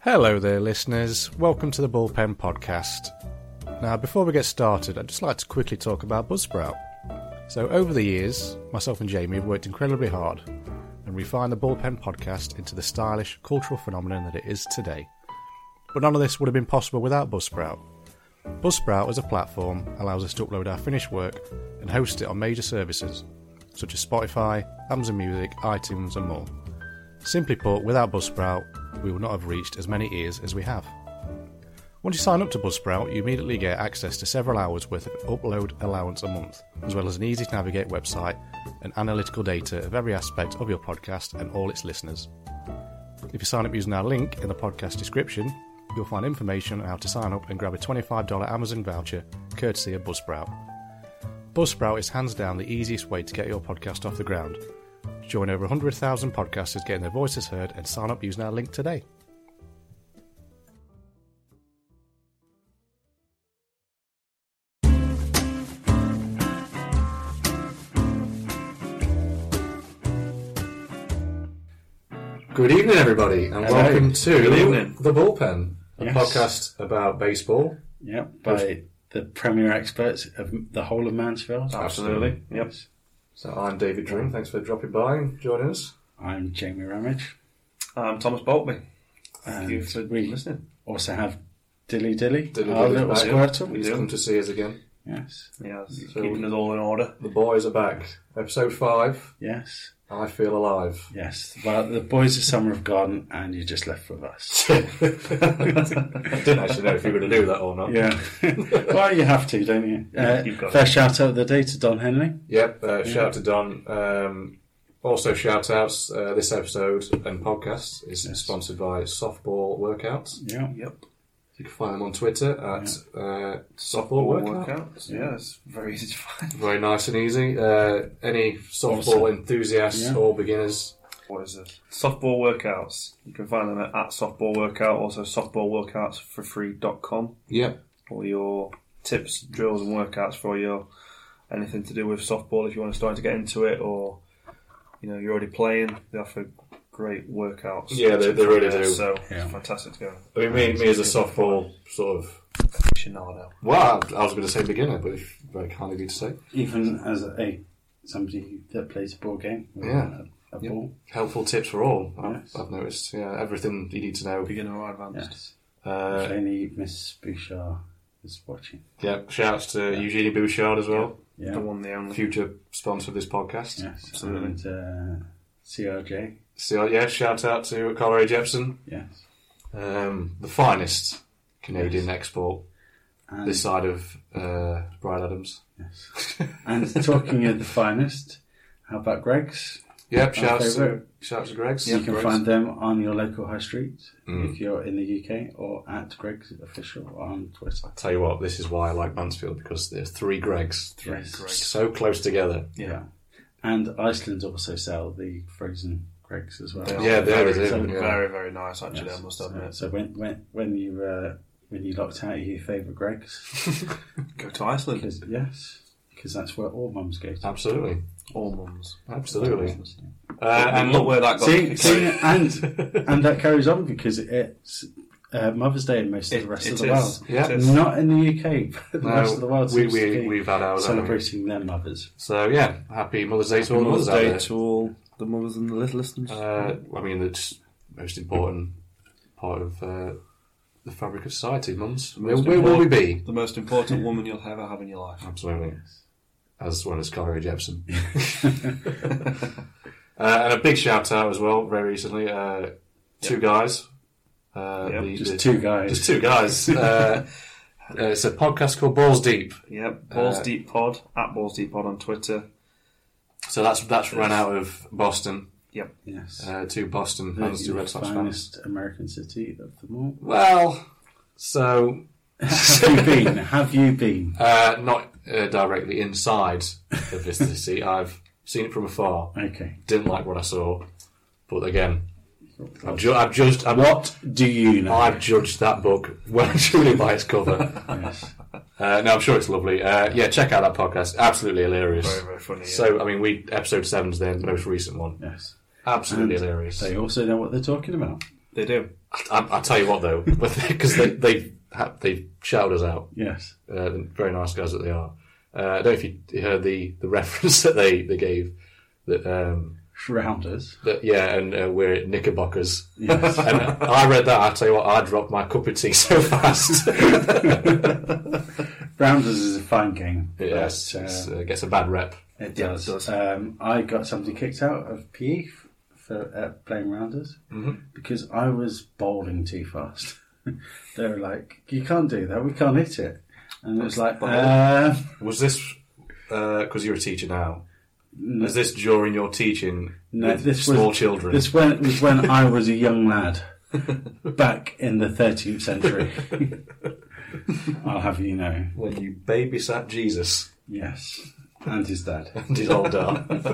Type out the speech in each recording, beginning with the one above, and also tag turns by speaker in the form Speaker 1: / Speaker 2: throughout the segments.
Speaker 1: Hello there, listeners. Welcome to the Bullpen Podcast. Now, before we get started, I'd just like to quickly talk about Buzzsprout. So, over the years, myself and Jamie have worked incredibly hard and refined the Bullpen Podcast into the stylish cultural phenomenon that it is today. But none of this would have been possible without Buzzsprout. Buzzsprout as a platform allows us to upload our finished work and host it on major services such as Spotify, Amazon Music, iTunes, and more. Simply put, without Buzzsprout, we would not have reached as many ears as we have. Once you sign up to Buzzsprout, you immediately get access to several hours worth of upload allowance a month, as well as an easy to navigate website and analytical data of every aspect of your podcast and all its listeners. If you sign up using our link in the podcast description, you'll find information on how to sign up and grab a $25 Amazon voucher courtesy of Buzzsprout. Buzzsprout is hands down the easiest way to get your podcast off the ground. Join over 100,000 podcasters getting their voices heard and sign up using our link today. Good evening, everybody, and
Speaker 2: Hello.
Speaker 1: welcome to
Speaker 2: Good evening.
Speaker 1: The Bullpen, a
Speaker 2: Yes.
Speaker 1: podcast about baseball.
Speaker 2: Yep, by the premier experts of the whole of Mansfield.
Speaker 1: Absolutely,
Speaker 2: Yep.
Speaker 1: So I'm David Dream. Thanks for dropping by and joining us.
Speaker 2: I'm Jamie Ramage.
Speaker 3: I'm Thomas Boltby. Thank you
Speaker 2: And
Speaker 3: for
Speaker 2: we
Speaker 3: listening.
Speaker 2: also have Dilly Dilly,
Speaker 1: Dilly
Speaker 2: our
Speaker 1: Dilly,
Speaker 2: little
Speaker 1: right, yeah.
Speaker 2: squirtle.
Speaker 1: He's
Speaker 3: do.
Speaker 1: come to see us again.
Speaker 2: Yes,
Speaker 3: Yes,
Speaker 1: So-
Speaker 3: keeping us all in order.
Speaker 1: The boys are back. Episode five.
Speaker 2: yes,
Speaker 1: I feel alive.
Speaker 2: yes. Well, the boys of summer have gone, and you're just left with us.
Speaker 1: I didn't actually know if you were going to do that or not.
Speaker 2: Yeah. well, you have to, don't you? Uh,
Speaker 3: You've got
Speaker 2: fair shout out of the day to Don Henley.
Speaker 1: Yep. Uh, shout out to Don. Um, also, shout outs. Uh, this episode and podcast is
Speaker 2: Yes.
Speaker 1: sponsored by Softball Workouts.
Speaker 2: Yeah.
Speaker 3: Yep.
Speaker 1: You can find them on Twitter at uh, Softball
Speaker 3: All
Speaker 1: Workout.
Speaker 3: workouts. Yeah, it's very easy to find.
Speaker 1: Very nice and easy. Uh, any softball
Speaker 2: Awesome.
Speaker 1: enthusiasts
Speaker 2: Yeah.
Speaker 1: or beginners.
Speaker 3: What is this? Softball workouts. You can find them at, at Softball Workout, also softballworkoutsforfree.com.
Speaker 1: Yep.
Speaker 3: All your tips, drills, and workouts for your anything to do with softball if you want to start to get into it or you know you're already playing. They offer great workouts.
Speaker 1: Yeah, they- they really do.
Speaker 3: So
Speaker 2: Yeah.
Speaker 3: it's fantastic to go.
Speaker 1: I mean, me, me as a softball sort of
Speaker 3: Aficionado.
Speaker 1: Well, I I was going to say beginner, but it's very kind of you to say.
Speaker 2: Even as a somebody that plays a ball game, with
Speaker 1: Yeah.
Speaker 2: a, a
Speaker 1: Yep.
Speaker 2: ball.
Speaker 1: Helpful tips for all, I've,
Speaker 2: Yes.
Speaker 1: I've noticed. Yeah, everything you need to know.
Speaker 3: Beginner or advanced.
Speaker 2: Yes.
Speaker 1: Uh,
Speaker 2: if only Miss Bouchard is watching.
Speaker 1: yeah, shouts to Eugenie Bouchard as well,
Speaker 2: Yeah.
Speaker 3: The one, the only.
Speaker 1: future sponsor of this podcast.
Speaker 2: Yes,
Speaker 3: Absolutely.
Speaker 2: and uh, CRJ.
Speaker 1: So, yeah, shout out to Conrad Jepson,
Speaker 2: Yes,
Speaker 1: um, the finest Canadian export
Speaker 2: and,
Speaker 1: this side of uh, Brian Adams.
Speaker 2: yes. and talking of the finest, how about Greg's?
Speaker 1: Yep, shouts to,
Speaker 2: favourite.
Speaker 1: shouts to Greg's.
Speaker 2: you can
Speaker 1: Greg's.
Speaker 2: find them on your local high street
Speaker 1: Mm.
Speaker 2: if you're in the UK, or at Greg's official on Twitter.
Speaker 1: Tell you what, this is why I like Mansfield because there's three Greg's
Speaker 2: Yes.
Speaker 1: so close together.
Speaker 2: Yeah. and Iceland also sell the frozen Greg's as well. uh,
Speaker 1: Yeah, there it
Speaker 3: very,
Speaker 1: is,
Speaker 3: very,
Speaker 1: yeah.
Speaker 3: Very, very nice, actually,
Speaker 2: Yes.
Speaker 3: I must
Speaker 2: So,
Speaker 3: admit.
Speaker 2: so when when when you uh, when you locked out your favourite Greg's,
Speaker 3: Go to Iceland.
Speaker 2: because yes, because that's where all mums go to.
Speaker 1: Absolutely.
Speaker 3: All mums.
Speaker 1: Absolutely. Uh,
Speaker 3: And
Speaker 1: and
Speaker 3: look where that got
Speaker 2: See, see,
Speaker 3: it,
Speaker 2: and and that carries on because it's uh, Mother's Day in most of the
Speaker 3: it
Speaker 2: rest
Speaker 3: is.
Speaker 2: of the world.
Speaker 1: Yeah.
Speaker 3: It is.
Speaker 2: Not in the UK, but the
Speaker 1: No,
Speaker 2: rest of the world
Speaker 1: we,
Speaker 2: seems to
Speaker 1: we,
Speaker 2: be
Speaker 1: we've had ours. haven't we?
Speaker 2: celebrating their mothers.
Speaker 1: So yeah, happy Mother's Day to all the
Speaker 3: Mother's
Speaker 1: mothers out
Speaker 3: Day
Speaker 1: there.
Speaker 3: to all the mothers and the little listeners.
Speaker 1: Uh, I mean, it's the most important part of uh, the fabric of society, mums. Where,
Speaker 3: most
Speaker 1: where will we
Speaker 3: important-
Speaker 1: be?
Speaker 3: the most important woman you'll ever have in your life.
Speaker 1: Absolutely. As well as Conrad Jepson. uh, and a big shout out as well, very recently, uh, two guys. Uh,
Speaker 3: Yep,
Speaker 1: the-
Speaker 2: Just
Speaker 1: the-
Speaker 2: two guys.
Speaker 1: Just two guys. uh, uh, it's a podcast called Balls Deep.
Speaker 3: Yep. Balls
Speaker 1: Uh,
Speaker 3: Deep Pod, at Balls Deep Pod on Twitter.
Speaker 1: So that's that's run out of Boston.
Speaker 3: Yep.
Speaker 2: yes.
Speaker 1: Uh, two Boston
Speaker 2: The
Speaker 1: fans, two Red Sox fans.
Speaker 2: finest American city of them all.
Speaker 1: Well, so
Speaker 2: Have you been? Have you been?
Speaker 1: uh, not uh, directly inside of this city. I've seen it from afar.
Speaker 2: Okay.
Speaker 1: Didn't like what I saw, but again, I've, ju- I've judged. I've what?
Speaker 2: Do you know?
Speaker 1: I've judged that book well and truly by its cover.
Speaker 2: Yes.
Speaker 1: Uh, no, I'm sure it's lovely. Uh, yeah, check out that podcast. Absolutely hilarious.
Speaker 3: Very, very funny. yeah.
Speaker 1: So, I mean, we episode seven's then the most recent one.
Speaker 2: Yes.
Speaker 1: Absolutely hilarious.
Speaker 2: They also know what they're talking about.
Speaker 3: They do.
Speaker 4: I, I tell you what though, because they they ha- they shouted us out.
Speaker 2: Yes.
Speaker 4: Uh, the very nice guys that they are. Uh, I don't know if you heard the, the reference that they, they gave that um,
Speaker 2: Shrouders.
Speaker 4: that yeah, and uh, we're at knickerbockers.
Speaker 2: Yes.
Speaker 4: And I read that. I tell you what, I dropped my cup of tea so fast.
Speaker 2: Rounders is a fine game.
Speaker 4: yes,
Speaker 2: but,
Speaker 4: it's,
Speaker 2: uh,
Speaker 4: uh, gets a bad rep.
Speaker 2: it
Speaker 3: yeah, it
Speaker 2: does.
Speaker 3: does.
Speaker 2: Um, I got somebody kicked out of PE f- for uh, playing Rounders because I was bowling too fast. they were like, "You can't do that. We can't hit it." And it was like, uh,
Speaker 4: Was this because you're a teacher now?
Speaker 2: no,
Speaker 4: Is this during your teaching
Speaker 2: no,
Speaker 4: with
Speaker 2: this
Speaker 4: small
Speaker 2: was
Speaker 4: children?
Speaker 2: This when, was when I was a young lad, back in the 13th century. I'll have you know.
Speaker 4: when you babysat Jesus
Speaker 2: Yes, and his dad.
Speaker 4: and his old dad.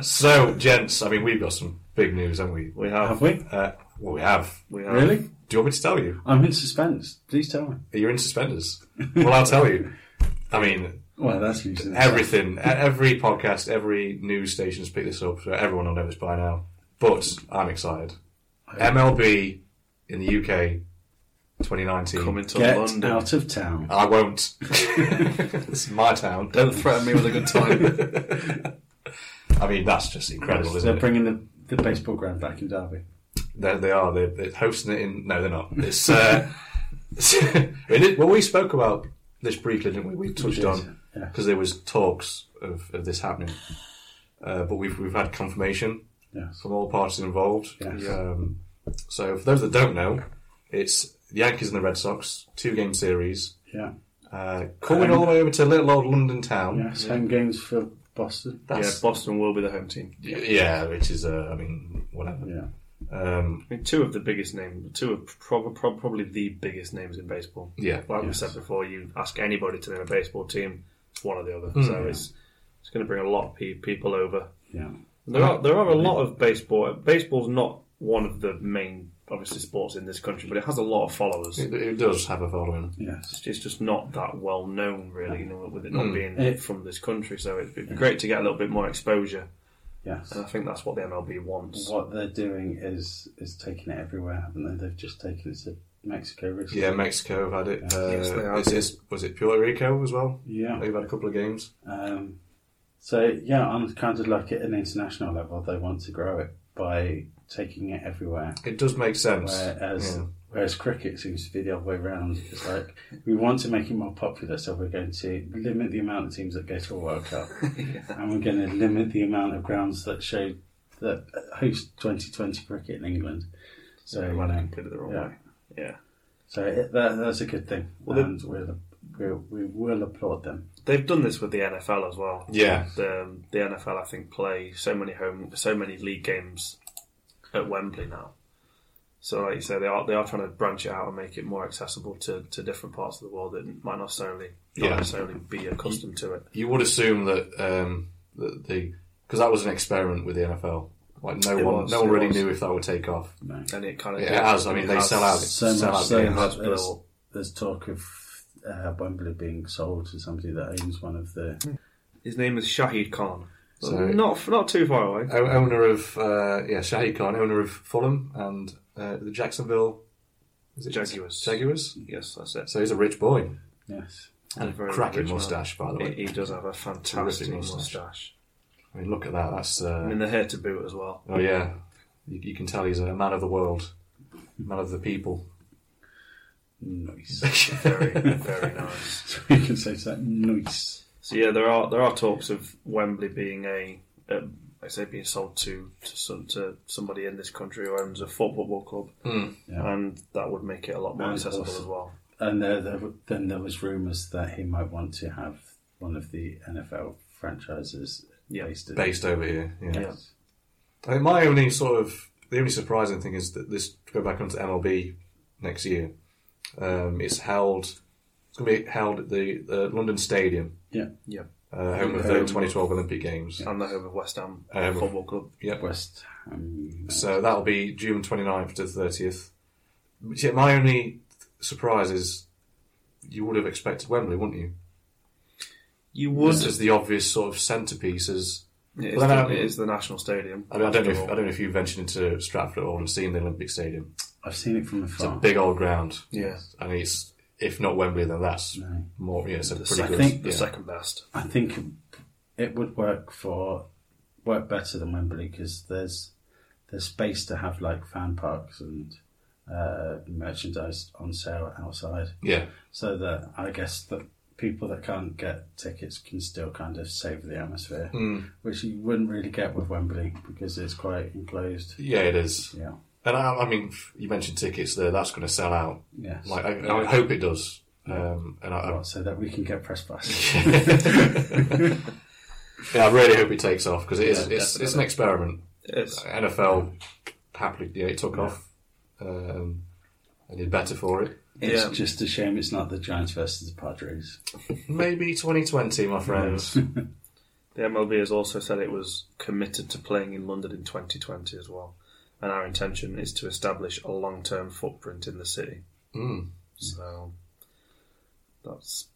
Speaker 4: so, gents, I mean, we've got some big news, haven't we?
Speaker 3: We have.
Speaker 2: Have we?
Speaker 4: Uh, well, we have.
Speaker 3: We have.
Speaker 2: Really?
Speaker 4: Do you want me to tell you?
Speaker 2: I'm in suspense. Please tell me.
Speaker 4: You're in suspenders. well, I'll tell you. I mean,
Speaker 2: Well, that's usually
Speaker 4: everything, e- every podcast, every news station's picked this up, so everyone will know this by now. But I'm excited. MLB in the UK 2019.
Speaker 3: Coming to
Speaker 2: Get
Speaker 3: London.
Speaker 2: out of town.
Speaker 4: I won't. this is my town.
Speaker 5: Don't threaten me with a good time.
Speaker 4: I mean, that's just incredible,
Speaker 2: They're
Speaker 4: isn't it?
Speaker 2: bringing the, the baseball ground back in Derby.
Speaker 4: There they are. They're, they're hosting it in. No, they're not. It's. Uh, I mean, it- well, we spoke about this briefly, didn't we? We touched
Speaker 2: did,
Speaker 4: on
Speaker 2: yeah.
Speaker 4: because there was talks of, of this happening, uh, but we've we've had confirmation
Speaker 2: Yes.
Speaker 4: from all parties involved.
Speaker 2: Yes.
Speaker 4: Um, so, for those that don't know, it's the Yankees and the Red Sox two game series
Speaker 2: Yeah.
Speaker 4: uh, coming all the way over to little old London town.
Speaker 2: Yes. Home games for Boston.
Speaker 3: Yeah,
Speaker 4: That's,
Speaker 3: Boston will be the home team.
Speaker 4: yeah. yeah, which is uh, I mean whatever.
Speaker 2: Yeah.
Speaker 4: Um,
Speaker 3: I mean, two of the biggest names, two of prob- prob- probably the biggest names in baseball.
Speaker 4: Yeah.
Speaker 2: Yes.
Speaker 3: like we said before, you ask anybody to name a baseball team, it's one or the other.
Speaker 2: Hmm,
Speaker 3: so it's it's going to bring a lot of pe- people over.
Speaker 2: Yeah.
Speaker 3: There are there are a lot of baseball. Baseball's not one of the main, obviously, sports in this country, but it has a lot of followers.
Speaker 4: It, it does have a following.
Speaker 2: Yes.
Speaker 3: It's just not that well known, really, you know, with it
Speaker 4: Hmm.
Speaker 3: not being
Speaker 2: It-
Speaker 3: from this country. So it'd be great to get a little bit more exposure,
Speaker 2: Yes.
Speaker 3: and I think that's what the MLB wants.
Speaker 2: What they're doing is is taking it everywhere, haven't they? They've just taken it to Mexico recently.
Speaker 4: Yeah, Mexico have had it. Uh,
Speaker 3: Yes, they have.
Speaker 4: it's- it's- was it Puerto Rico as well?
Speaker 2: Yeah.
Speaker 4: They've had a couple of games.
Speaker 2: Um, so yeah, on kind of like at an international level, they want to grow it by taking it everywhere.
Speaker 4: It does make sense.
Speaker 2: Whereas
Speaker 4: Yeah.
Speaker 2: whereas cricket seems to be the other way around. It's like we want to make it more popular, so we're going to limit the amount of teams that go to a World Cup, and we're going to limit the amount of grounds that show that host 2020 cricket in England. So
Speaker 3: They
Speaker 2: you
Speaker 3: might have
Speaker 2: know,
Speaker 3: completed the wrong
Speaker 2: yeah.
Speaker 3: way. Yeah.
Speaker 2: so it, that, that's a good thing,
Speaker 3: Well, the-
Speaker 2: and we'll, we'll we will applaud them.
Speaker 3: They've done this with the NFL as well.
Speaker 4: Yeah.
Speaker 3: The, um, the NFL, I think, play so many home, so many league games at Wembley now. So, like you say, they are they are trying to branch it out and make it more accessible to, to different parts of the world that might not necessarily not
Speaker 4: Yeah.
Speaker 3: necessarily be accustomed to it.
Speaker 4: You would assume that um, that the because that was an experiment with the NFL. Like no
Speaker 3: It
Speaker 4: one,
Speaker 3: was,
Speaker 4: no one
Speaker 3: it
Speaker 4: really
Speaker 3: was.
Speaker 4: knew if that would take off.
Speaker 2: No.
Speaker 3: And it kind of
Speaker 4: It has. I mean, they sell out.
Speaker 2: so
Speaker 4: sell
Speaker 2: much
Speaker 4: out
Speaker 2: so
Speaker 4: games.
Speaker 2: much
Speaker 3: Hard
Speaker 2: there's,
Speaker 3: bill.
Speaker 2: there's talk of uh, Wembley being sold to somebody that owns one of the
Speaker 3: His name is Shahid Khan.
Speaker 4: So-
Speaker 3: not not too far away.
Speaker 4: O- owner of uh, yeah, Shahid Khan, owner of Fulham and uh, the Jacksonville is it
Speaker 3: Jaguars.
Speaker 4: Jaguars.
Speaker 3: Yes, that's it.
Speaker 4: So he's a rich boy
Speaker 2: yes
Speaker 4: and a
Speaker 3: Very
Speaker 4: cracking
Speaker 3: rich man.
Speaker 4: mustache, by the way.
Speaker 3: He, he does have a fantastic
Speaker 4: Terrific moustache.
Speaker 3: mustache.
Speaker 4: I mean, look at that. That's uh,
Speaker 3: I mean, they're here to boot as well.
Speaker 4: Oh yeah, you, you can tell he's a man of the world, man of the people.
Speaker 2: nice.
Speaker 3: Very, very nice.
Speaker 2: we can say that nice.
Speaker 3: So yeah, there are there are talks of Wembley being a, a I say being sold to to, some, to somebody in this country who owns a football club,
Speaker 4: Hmm.
Speaker 2: Yeah.
Speaker 3: and that would make it a lot more
Speaker 2: And
Speaker 3: accessible
Speaker 2: also-
Speaker 3: as well.
Speaker 2: And there, there, were- then there was rumours that he might want to have one of the NFL franchises
Speaker 3: Yeah.
Speaker 2: based in
Speaker 4: Based over here, yeah.
Speaker 3: Yeah.
Speaker 4: I think my only sort of the only surprising thing is that this to go back onto MLB next year. Um, it's held. It's going to be held at the uh, London Stadium,
Speaker 2: Yeah,
Speaker 3: Yeah,
Speaker 4: uh, home of the
Speaker 2: Home
Speaker 4: 2012 Olympic Games.
Speaker 3: and the home of West Ham
Speaker 4: Um,
Speaker 3: Football Club.
Speaker 2: West Ham. United.
Speaker 4: So that'll be June 29th to 30th. But yeah, my only surprise is you would have expected Wembley, wouldn't you?
Speaker 3: You
Speaker 4: was
Speaker 3: would
Speaker 4: as the obvious sort of centerpiece as
Speaker 6: It is,
Speaker 4: Well, then,
Speaker 6: the,
Speaker 4: um,
Speaker 6: it is the national stadium.
Speaker 4: I, mean, I don't know. If, I don't know if you ventured into Stratford at all and seen the Olympic Stadium.
Speaker 2: I've seen it from
Speaker 4: It's a
Speaker 2: afar.
Speaker 4: big old ground,
Speaker 6: Yeah,
Speaker 4: and it's if not Wembley, then that's
Speaker 2: No.
Speaker 4: more. Yeah, it's a
Speaker 6: the
Speaker 4: pretty
Speaker 6: second,
Speaker 4: good.
Speaker 2: think
Speaker 6: the
Speaker 4: yeah.
Speaker 6: second best.
Speaker 2: I think it would work for work better than Wembley because there's there's space to have like fan parks and uh, merchandise on sale outside,
Speaker 4: yeah,
Speaker 2: so that I guess that people that can't get tickets can still kind of savour the atmosphere,
Speaker 4: Mm.
Speaker 2: which you wouldn't really get with Wembley because it's quite enclosed.
Speaker 4: yeah, it is.
Speaker 2: Yeah,
Speaker 4: And I, I mean, you mentioned tickets there. That's going to sell out.
Speaker 2: yeah.
Speaker 4: Like, I, I hope it does. Um, and I, I,
Speaker 2: What, so that we can get press passes.
Speaker 4: yeah, I really hope it takes off because it is.
Speaker 2: Yeah,
Speaker 4: it's, it's an experiment.
Speaker 6: It's
Speaker 4: NFL happily, yeah, it took off. Um, and did better for it.
Speaker 2: It's
Speaker 6: Yeah.
Speaker 2: just a shame it's not the Giants versus the Padres.
Speaker 4: Maybe 2020, my friends.
Speaker 6: the MLB has also said it was committed to playing in London in 2020 as well, and our intention is to establish a long-term footprint in the city.
Speaker 4: Mm.
Speaker 6: So that's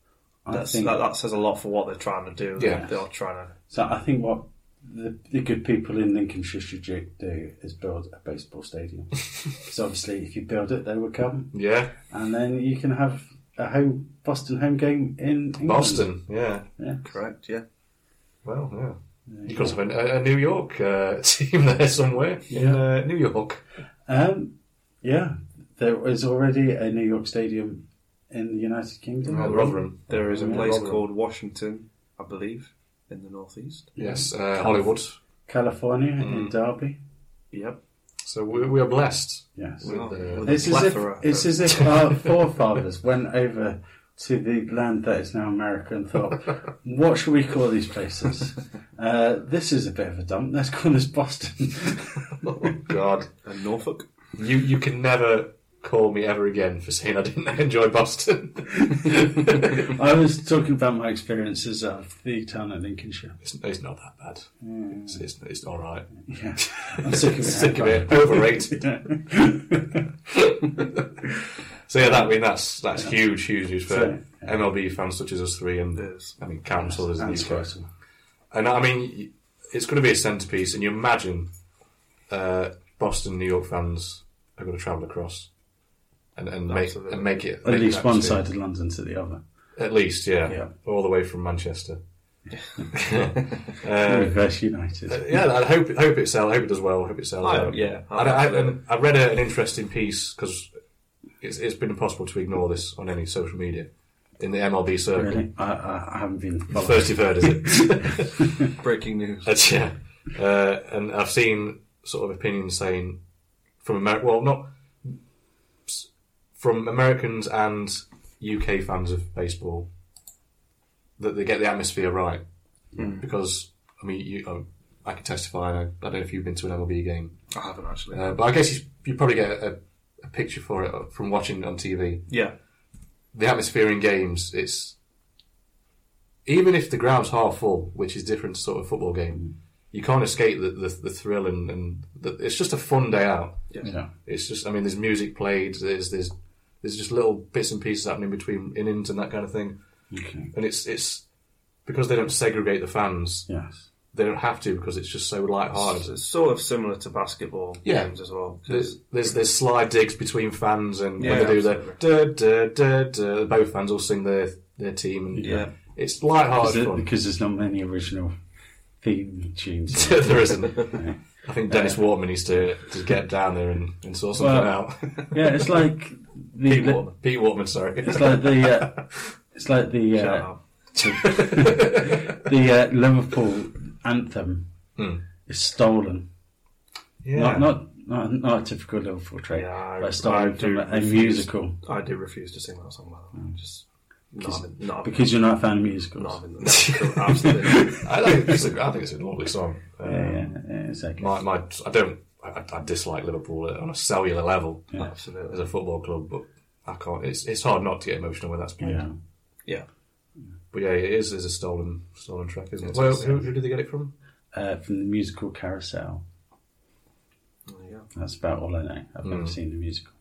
Speaker 2: I
Speaker 6: that's
Speaker 2: think-
Speaker 6: that, that says a lot for what they're trying to do.
Speaker 4: Yeah.
Speaker 6: they are trying to.
Speaker 2: So I think what the, the good people in Lincolnshire should do- do is build a baseball stadium. so obviously, if you build it, they will come,
Speaker 4: Yeah,
Speaker 2: and then you can have a home Boston home game in England.
Speaker 4: Boston. Yeah.
Speaker 6: Correct. Yeah.
Speaker 4: Well, yeah. You could have a, a New York uh, team there somewhere in uh, New York.
Speaker 2: Um, yeah, there is already a New York stadium in the United Kingdom.
Speaker 4: Uh, Rotherham.
Speaker 6: There is a
Speaker 2: Yeah,
Speaker 6: place
Speaker 4: Rotherham.
Speaker 6: called Washington, I believe, in the northeast.
Speaker 4: Yes, uh, Hollywood.
Speaker 2: California
Speaker 4: Mm.
Speaker 2: in Derby.
Speaker 6: Yep. Oh.
Speaker 4: So we, we are blessed.
Speaker 2: Yes.
Speaker 4: With, uh,
Speaker 6: With
Speaker 2: It's
Speaker 6: a
Speaker 2: as if
Speaker 6: plethora
Speaker 2: it's
Speaker 6: of-
Speaker 2: as if our forefathers went over to the land that is now America and thought, "What should we call these places? Uh, this is a bit of a dump. Let's call this Boston."
Speaker 4: oh, God.
Speaker 6: and Norfolk.
Speaker 4: You you can never call me ever again for saying I didn't enjoy Boston. it's,
Speaker 2: I was talking about my experiences of the town of Lincolnshire.
Speaker 4: it's not that bad. It's, it's, it's all right.
Speaker 2: Yeah, I'm Hmm. sick of it.
Speaker 4: Sick of it. Overrated.
Speaker 2: Yeah.
Speaker 4: So yeah, that I mean that's that's huge, huge news for
Speaker 2: So, yeah.
Speaker 4: MLB fans such as us three, and
Speaker 6: It is.
Speaker 4: I mean council is in
Speaker 2: And
Speaker 4: the UK.
Speaker 2: Squirtle.
Speaker 4: And I mean y- it's going to be a centerpiece, and you imagine uh, Boston, New York fans are going to travel across and, and make
Speaker 6: Absolutely.
Speaker 4: and make it
Speaker 2: At
Speaker 4: make
Speaker 2: least
Speaker 4: that
Speaker 2: one
Speaker 4: atmosphere.
Speaker 2: side of London to the other.
Speaker 4: At least, yeah.
Speaker 2: Yeah.
Speaker 4: All the way from Manchester. uh,
Speaker 2: Reverse United.
Speaker 4: yeah, I hope hope it sells. I hope it does well. I hope it sells
Speaker 6: I-
Speaker 4: out.
Speaker 6: yeah,
Speaker 4: I, I,
Speaker 6: absolutely.
Speaker 4: I read a, an interesting piece because it's, it's been impossible to ignore this on any social media in the MLB circle.
Speaker 2: Really, I, I, I haven't been following.
Speaker 4: Thirty third, is it?
Speaker 6: Breaking news.
Speaker 4: That's- yeah. Uh, and I've seen sort of opinions saying from America, well, not from Americans and UK fans of baseball that they get the atmosphere right
Speaker 6: Hmm.
Speaker 4: because I mean, you, um, I can testify. And I, I don't know if you've been to an MLB game,
Speaker 6: I haven't actually.
Speaker 4: uh, but I guess you, you probably get a, a picture for it from watching it on TV.
Speaker 6: yeah.
Speaker 4: The atmosphere in games, it's even if the ground's half full, which is different to sort of football game. You can't escape the, the, the thrill and, and the, it's just a fun day out.
Speaker 2: Yeah.
Speaker 4: It's just, I mean, there's music played. There's there's there's just little bits and pieces happening between innings and that kind of thing.
Speaker 2: Okay.
Speaker 4: And it's it's because they don't segregate the fans.
Speaker 2: Yes.
Speaker 4: They don't have to because it's just so
Speaker 6: It's,
Speaker 4: light-hearted.
Speaker 6: it's sort of similar to basketball
Speaker 4: Yeah.
Speaker 6: games as well. 'cause
Speaker 4: There's, there's there's slide digs between fans and
Speaker 6: Yeah,
Speaker 4: when they do their da, da, da, da, both fans all sing their their team and
Speaker 6: Yeah.
Speaker 4: it's
Speaker 2: Because,
Speaker 4: light-hearted
Speaker 2: there-
Speaker 4: fun.
Speaker 2: because there's not many original theme tunes.
Speaker 4: there isn't. I think Dennis Waterman needs to, to get down there and, and sort something
Speaker 2: Well,
Speaker 4: out.
Speaker 2: yeah, it's like the
Speaker 4: Pete Waterman. Pete Waterman, sorry.
Speaker 2: it's like the uh, it's like the
Speaker 6: Shout
Speaker 2: uh,
Speaker 6: out.
Speaker 2: the uh, Liverpool anthem
Speaker 4: Hmm.
Speaker 2: is stolen.
Speaker 4: yeah.
Speaker 2: Not, not not not a typical Liverpool trait,
Speaker 6: Yeah, I-
Speaker 2: but stolen
Speaker 6: I
Speaker 2: from
Speaker 6: do
Speaker 2: a, a
Speaker 6: refuse-
Speaker 2: musical
Speaker 6: I do refuse to sing that song. By the
Speaker 4: Mm.
Speaker 6: way. Just not
Speaker 2: Because-
Speaker 6: having, not having,
Speaker 2: because you're not a fan of
Speaker 6: not
Speaker 2: musicals.
Speaker 6: having no, absolutely. not.
Speaker 4: I think it's a, I think it's a lovely song. Um,
Speaker 2: Yeah, yeah, yeah, it's okay.
Speaker 4: My, my, I don't. I, I dislike Liverpool on a cellular level as
Speaker 6: Absolutely.
Speaker 4: a football club, but I can't. It's it's hard not to get emotional when that's played.
Speaker 2: Yeah.
Speaker 6: Yeah.
Speaker 4: But yeah, it is is a stolen stolen track, isn't it? Well, who, who did they get it from?
Speaker 2: Uh, from the musical Carousel.
Speaker 6: There you go.
Speaker 2: That's about all I know. I've never seen the musical.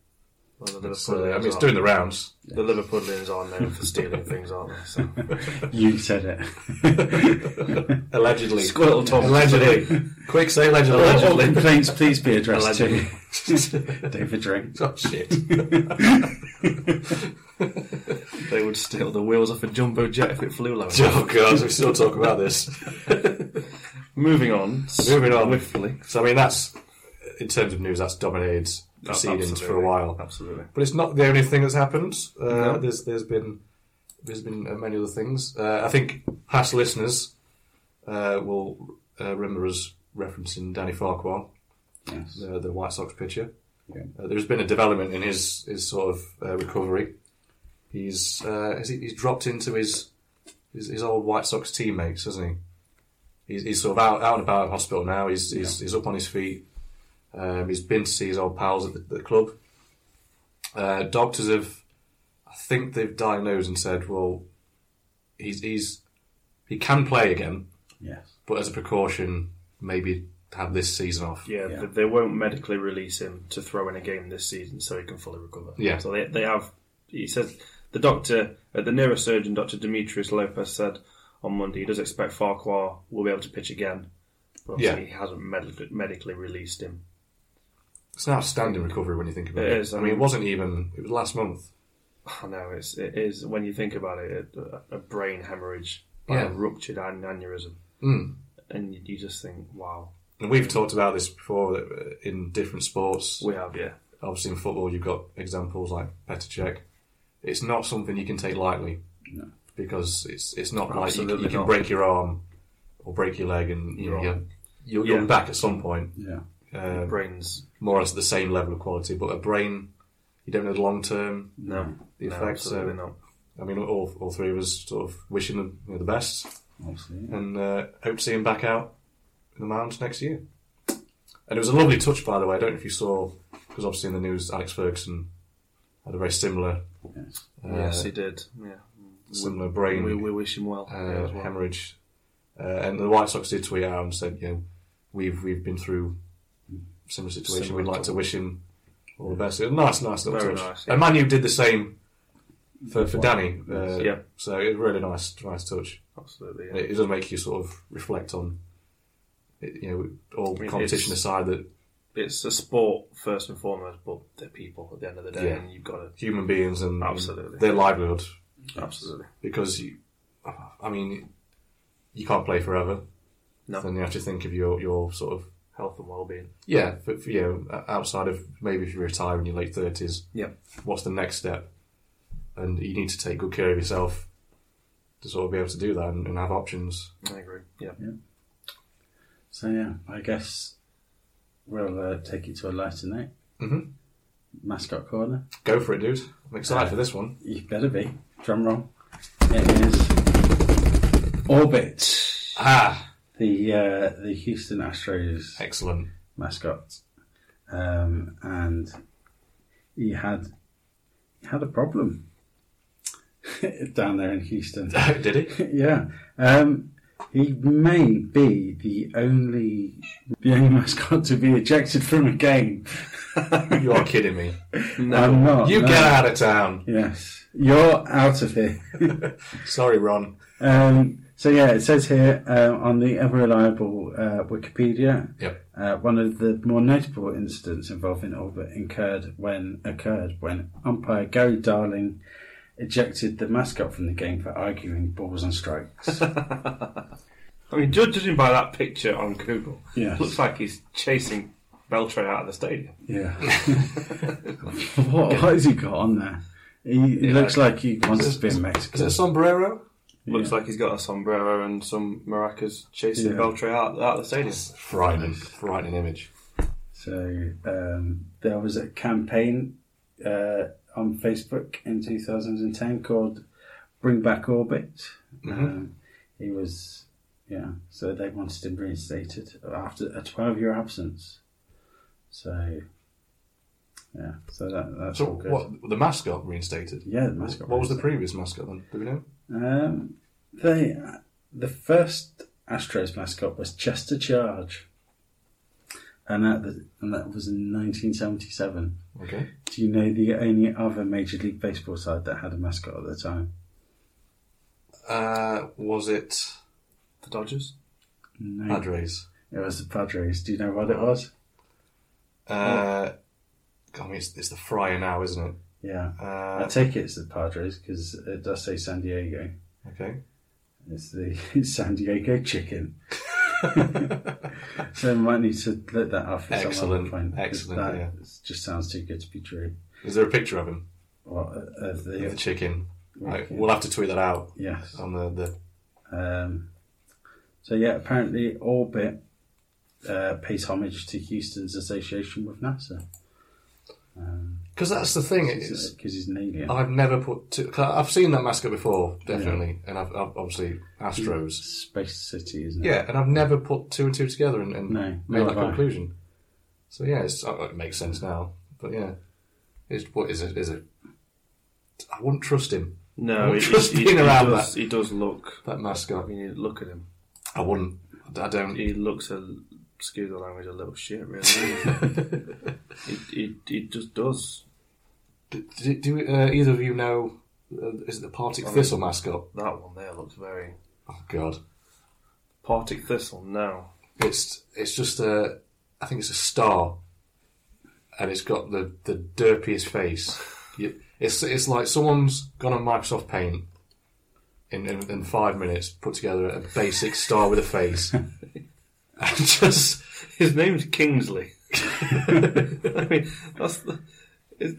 Speaker 3: Well, the
Speaker 4: So,
Speaker 3: Liverpudlians,
Speaker 4: I mean, it's
Speaker 3: are,
Speaker 4: doing the rounds.
Speaker 3: the Liverpudlians are known for stealing things, aren't they? So,
Speaker 2: You said it.
Speaker 4: Allegedly.
Speaker 7: Squirtle Tom.
Speaker 4: Allegedly. Quick, say allegedly.
Speaker 2: All
Speaker 4: Allegedly.
Speaker 2: complaints, please be addressed to David Drake.
Speaker 4: Oh, shit.
Speaker 3: they would steal the wheels off a jumbo jet if it flew low. enough.
Speaker 4: Oh, God, we still talk about this.
Speaker 3: Moving on.
Speaker 4: Moving on.
Speaker 3: Swiftly.
Speaker 4: So, I mean, that's, in terms of news, that's dominated proceedings for a
Speaker 3: Absolutely.
Speaker 4: while.
Speaker 3: Absolutely.
Speaker 4: But it's not the only thing that's happened. Uh,
Speaker 3: No.
Speaker 4: There's there's been there's been uh, many other things. Uh, I think past listeners uh, will uh, remember us referencing Danny Farquhar,
Speaker 2: Yes.
Speaker 4: uh, the, the White Sox pitcher.
Speaker 2: Yeah.
Speaker 4: Uh, there's been a development in his his sort of uh, recovery. He's uh, has he, he's dropped into his, his his old White Sox teammates, hasn't he? He's, he's sort of out out and about in hospital now. He's he's, he's up on his feet. Um, he's been to see his old pals at the, the club. Uh, doctors have, I think they've diagnosed and said, well, he's he's he can play again,
Speaker 2: Yes.
Speaker 4: but as a precaution, maybe have this season off.
Speaker 3: Yeah,
Speaker 2: Yeah.
Speaker 3: th they won't medically release him to throw in a game this season so he can fully recover.
Speaker 4: Yeah.
Speaker 3: So they, they have, he says, the doctor, uh, the neurosurgeon, Dr. Demetrius Lopez, said on Monday he does expect Farquhar will be able to pitch again. But obviously he hasn't medically, medically released him.
Speaker 4: It's an outstanding recovery when you think about it.
Speaker 3: It is,
Speaker 4: I
Speaker 3: I
Speaker 4: mean, it
Speaker 3: mean-
Speaker 4: wasn't even. It was last month.
Speaker 3: I know, it's, it is, when you think about it, a, a brain hemorrhage, by
Speaker 4: Yeah.
Speaker 3: a ruptured an- aneurysm.
Speaker 4: Mm.
Speaker 3: And you, you just think, wow,
Speaker 4: And we've talked about this before uh, in different sports.
Speaker 3: we have, yeah.
Speaker 4: Obviously, in football, you've got examples like Petacek. It's not something you can take lightly
Speaker 2: No.
Speaker 4: because it's it's not like you,
Speaker 3: Absolutely
Speaker 4: you can
Speaker 3: not.
Speaker 4: break your arm or break your leg and you know,
Speaker 3: You're
Speaker 4: you're, you'll
Speaker 3: Yeah.
Speaker 4: you're back at some point,
Speaker 2: Yeah.
Speaker 4: uh,
Speaker 3: Brains,
Speaker 4: more or less the same level of quality. But a brain, you don't know the long term
Speaker 3: no.
Speaker 4: the
Speaker 3: no,
Speaker 4: effects.
Speaker 3: absolutely
Speaker 4: So,
Speaker 3: not.
Speaker 4: I mean, all all three of us sort of wishing them you know, the best.
Speaker 2: Obviously.
Speaker 4: and uh, hope to see him back out in the mound next year. And it was a lovely touch, by the way. I don't know if you saw, because obviously in the news, Alex Ferguson had a very similar,
Speaker 2: Yes.
Speaker 4: uh,
Speaker 3: yes, he did. Yeah.
Speaker 4: similar brain
Speaker 3: We, we wish him well.
Speaker 4: uh,
Speaker 3: Yeah, as well.
Speaker 4: hemorrhage. Uh, and the White Sox did tweet out and said, you know, we've we've been through similar situation.
Speaker 3: Similar
Speaker 4: We'd like to
Speaker 3: trouble.
Speaker 4: wish him all the best. It was a nice, nice little
Speaker 3: Very
Speaker 4: touch.
Speaker 3: nice, yeah.
Speaker 4: And Manu did the same for, for Danny. Uh,
Speaker 3: Yeah.
Speaker 4: So it was a really nice, nice touch.
Speaker 3: Absolutely.
Speaker 4: And
Speaker 3: Yeah.
Speaker 4: It, it does make you sort of reflect on, it, you know, all
Speaker 3: I mean,
Speaker 4: competition
Speaker 3: it's-
Speaker 4: aside, that
Speaker 3: It's a sport first and foremost, but they're people at the end of the day,
Speaker 4: Yeah.
Speaker 3: and you've got to
Speaker 4: human beings and
Speaker 3: Absolutely.
Speaker 4: their livelihood,
Speaker 3: absolutely.
Speaker 4: because you, I mean, you can't play forever.
Speaker 3: No.
Speaker 4: Then you have to think of your, your sort of
Speaker 3: Health and well-being.
Speaker 4: yeah, but for, you know, o- outside of maybe if you retire in your late thirties,
Speaker 3: Yeah.
Speaker 4: what's the next step? And you need to take good care of yourself to sort of be able to do that and, and have options.
Speaker 3: I agree. Yeah.
Speaker 2: So yeah, I guess we'll uh, take it to a lighter note.
Speaker 4: Mhm.
Speaker 2: Mascot corner.
Speaker 4: Go for it, dude! I'm excited for this one.
Speaker 2: You better be. Drum roll. It is Orbit.
Speaker 4: Ah,
Speaker 2: The uh, the Houston Astros
Speaker 4: excellent.
Speaker 2: mascot, um, and he had he had a problem down there in Houston.
Speaker 4: Did he?
Speaker 2: yeah, um, he may be the only the only mascot to be ejected from a game.
Speaker 4: You are kidding me.
Speaker 2: I'm not.
Speaker 4: You
Speaker 2: no.
Speaker 4: get out of town.
Speaker 2: Yes, you're out of here.
Speaker 4: Sorry, Ron.
Speaker 2: Um, so yeah, it says here um, on the ever reliable uh, Wikipedia.
Speaker 4: Yep.
Speaker 2: Uh, one of the more notable incidents involving Orbit incurred when occurred when umpire Gary Darling ejected the mascot from the game for arguing balls and strikes.
Speaker 3: I mean, ju- judging by that picture on Google,
Speaker 2: Yes.
Speaker 3: looks like he's chasing Beltran out of the stadium.
Speaker 2: yeah. what, what has he got on there? He he looks like he wants to be in
Speaker 4: Is it
Speaker 2: Mexico.
Speaker 4: a sombrero?
Speaker 3: Looks like he's got a sombrero and some maracas chasing
Speaker 2: Yeah.
Speaker 3: Beltran out, out of the stadium.
Speaker 4: Frightening, frightening image.
Speaker 2: So um, there was a campaign uh, on Facebook in 2010 called "Bring Back Orbit."
Speaker 4: Mm-hmm.
Speaker 2: Um, he was, yeah. So they wanted him reinstated after a 12-year absence. So, yeah. So that, that's
Speaker 4: So,
Speaker 2: all good.
Speaker 4: what the mascot reinstated?
Speaker 2: Yeah, the mascot.
Speaker 4: What was the
Speaker 2: reinstated.
Speaker 4: previous Oh, mascot then? Do we know?
Speaker 2: Um, they, the first Astros mascot was Chester Charge. and that and that was in 1977.
Speaker 4: Okay.
Speaker 2: Do you know the only other Major League Baseball side that had a mascot at the time?
Speaker 4: Uh, was it
Speaker 6: The Dodgers?
Speaker 2: No,
Speaker 4: Padres?
Speaker 2: it was the Padres. Do you know what it was?
Speaker 4: Uh, God, I mean, it's, it's the Friar now, isn't it?
Speaker 2: Yeah, I
Speaker 4: Uh,
Speaker 2: take it it's the Padres because it does say San Diego.
Speaker 4: okay.
Speaker 2: It's the San Diego chicken. so we might need to look that up. At some other
Speaker 4: Excellent,
Speaker 2: point, 'cause
Speaker 4: excellent,
Speaker 2: That
Speaker 4: yeah.
Speaker 2: just sounds too good to be true.
Speaker 4: Is there a picture of him?
Speaker 2: Well, uh, uh,
Speaker 4: Of The
Speaker 2: the,
Speaker 4: chicken. Right,
Speaker 2: Okay.
Speaker 4: We'll have to tweet that out
Speaker 2: yes.
Speaker 4: on the, the
Speaker 2: Um, so yeah, apparently Orbit uh, pays homage to Houston's association with NASA
Speaker 4: Because that's the thing. It Oh. is,
Speaker 2: because he's an alien.
Speaker 4: I've never put. To, 'cause I've seen that mascot before, definitely, and I've, I've obviously Astros.
Speaker 2: Space City, isn't it?
Speaker 4: Yeah, and I've never put two and two together and, and
Speaker 2: No, nor
Speaker 4: made that
Speaker 2: have I.
Speaker 4: conclusion. So yeah, it's, uh, it makes sense now. But yeah, it's what is it? Is it? I wouldn't trust him.
Speaker 6: No,
Speaker 4: he- Just he- he being around
Speaker 6: does,
Speaker 4: does-
Speaker 6: he does look.
Speaker 4: That
Speaker 6: I
Speaker 4: mascot.
Speaker 6: mean, you look at him.
Speaker 4: I wouldn't. I don't.
Speaker 6: He looks a excuse the language a little shit, really. doesn't he? he, he, he just does.
Speaker 4: Do, do, do uh, either of you know? Uh, is it the Partick Thistle mascot?
Speaker 6: That one there looks very
Speaker 4: Oh God,
Speaker 6: Partick Thistle. No,
Speaker 4: it's it's just a. I think it's a star, and it's got the the derpiest face. You- It's it's like someone's gone on Microsoft Paint. In, in, in five minutes, put together a basic star with a face, and just
Speaker 6: his name's Kingsley. I mean, that's the, is,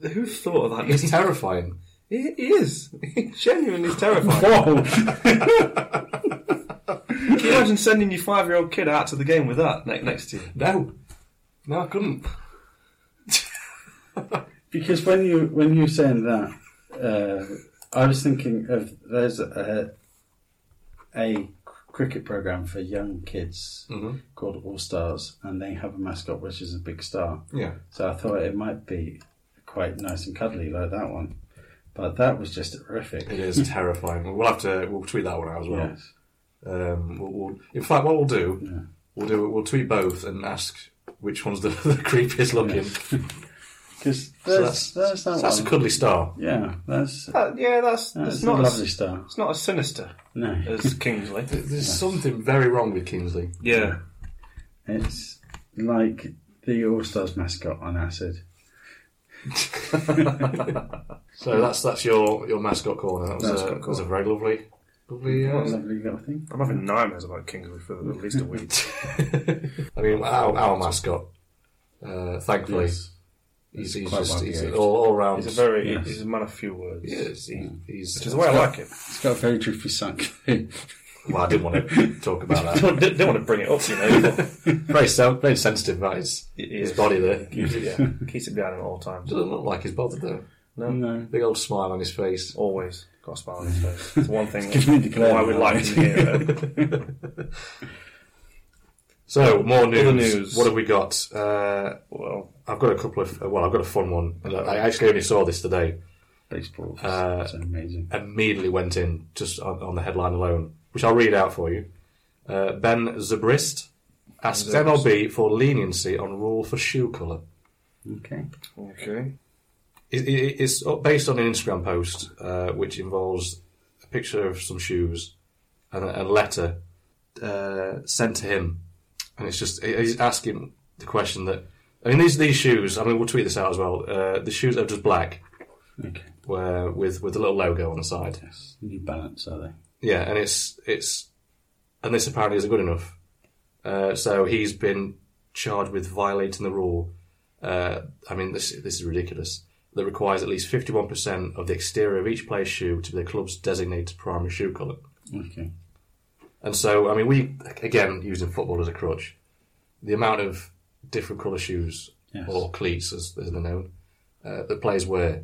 Speaker 6: who thought of that?
Speaker 4: it's terrifying.
Speaker 6: It is. It genuinely is terrifying. Can you imagine sending your five-year-old kid out to the game with that ne- next to you?
Speaker 4: No, no, I couldn't.
Speaker 2: Because when you when you were saying that, uh, I was thinking of there's a, a cricket program for young kids
Speaker 4: Mm-hmm.
Speaker 2: called All Stars, and they have a mascot which is a big star.
Speaker 4: Yeah,
Speaker 2: So I thought it might be quite nice and cuddly like that one, but that was just horrific.
Speaker 4: it is terrifying. We'll have to we'll tweet that one out as well.
Speaker 2: Yes.
Speaker 4: Um, we'll, we'll, in fact, what we'll do, we'll do we'll tweet both and ask which one's the, the creepiest looking.
Speaker 2: Because
Speaker 4: So
Speaker 2: there's, there's that
Speaker 4: so that's a
Speaker 2: one.
Speaker 4: cuddly star.
Speaker 2: yeah, that's, that's,
Speaker 6: Uh, yeah, that's, it's
Speaker 2: not
Speaker 6: not
Speaker 2: a
Speaker 6: as,
Speaker 2: lovely star.
Speaker 6: it's not as sinister
Speaker 2: No,
Speaker 6: as Kingsley.
Speaker 4: There's something very wrong with Kingsley.
Speaker 6: Yeah,
Speaker 2: it's like the All Stars mascot on acid.
Speaker 4: So that's that's your, your mascot corner. That was, a,
Speaker 6: Mascot corner.
Speaker 4: was a very lovely, lovely.
Speaker 2: What a
Speaker 4: Uh,
Speaker 2: lovely little thing.
Speaker 6: I'm having nightmares about Kingsley for at least a week.
Speaker 4: I mean, our, our mascot. Uh, thankfully,
Speaker 2: Yes.
Speaker 4: he's, he's
Speaker 2: quite
Speaker 4: just
Speaker 2: well
Speaker 4: he's Mm.
Speaker 2: behaved.
Speaker 4: all, all round.
Speaker 6: He's a very,
Speaker 2: Yes.
Speaker 6: he's a man of few words.
Speaker 4: he is, he- he's-
Speaker 6: Which is the way I like him.
Speaker 2: It's got a very droopy sack.
Speaker 4: Well, I didn't want to talk about that.
Speaker 6: Don't, didn't want to bring it up, you know. but
Speaker 4: Very, self, very sensitive about his,
Speaker 6: He
Speaker 4: his
Speaker 6: is.
Speaker 4: body there.
Speaker 6: yeah, keeps it behind him at all times.
Speaker 4: Doesn't look like he's bothered though.
Speaker 2: no.
Speaker 4: Big old smile on his face.
Speaker 6: Always got a smile on his face. It's one thing
Speaker 2: Give me the glare,
Speaker 6: why we
Speaker 2: man.
Speaker 6: like him here.
Speaker 4: So more news.
Speaker 6: news.
Speaker 4: What have we got? Uh,
Speaker 6: Well,
Speaker 4: I've got a couple of. Well, I've got a fun one. And I actually only saw this today.
Speaker 2: Baseball.
Speaker 4: Uh,
Speaker 2: That's amazing.
Speaker 4: Immediately went in just on, on the headline alone, which I'll read out for you. Uh, ben Zabrist asks MLB for leniency on rule for shoe colour.
Speaker 2: Okay.
Speaker 6: okay.
Speaker 4: It- it- It's based on an Instagram post uh, which involves a picture of some shoes and a a letter uh, sent to him, and it's just he- he's asking the question that I mean these these shoes. I mean we'll tweet this out as well. Uh, the shoes are just black,
Speaker 2: Okay.
Speaker 4: where with with a little logo on the side.
Speaker 2: Yes. New Balance, are they?
Speaker 4: Yeah, and it's it's and this apparently isn't good enough. Uh, so he's been charged with violating the rule. Uh, I mean, this this is ridiculous. That requires at least fifty one percent of the exterior of each player's shoe to be the club's designated primary shoe colour.
Speaker 2: Okay.
Speaker 4: And so, I mean, we again using football as a crutch. The amount of different colour shoes
Speaker 2: Yes.
Speaker 4: or cleats, as, as they're known, uh, that players wear.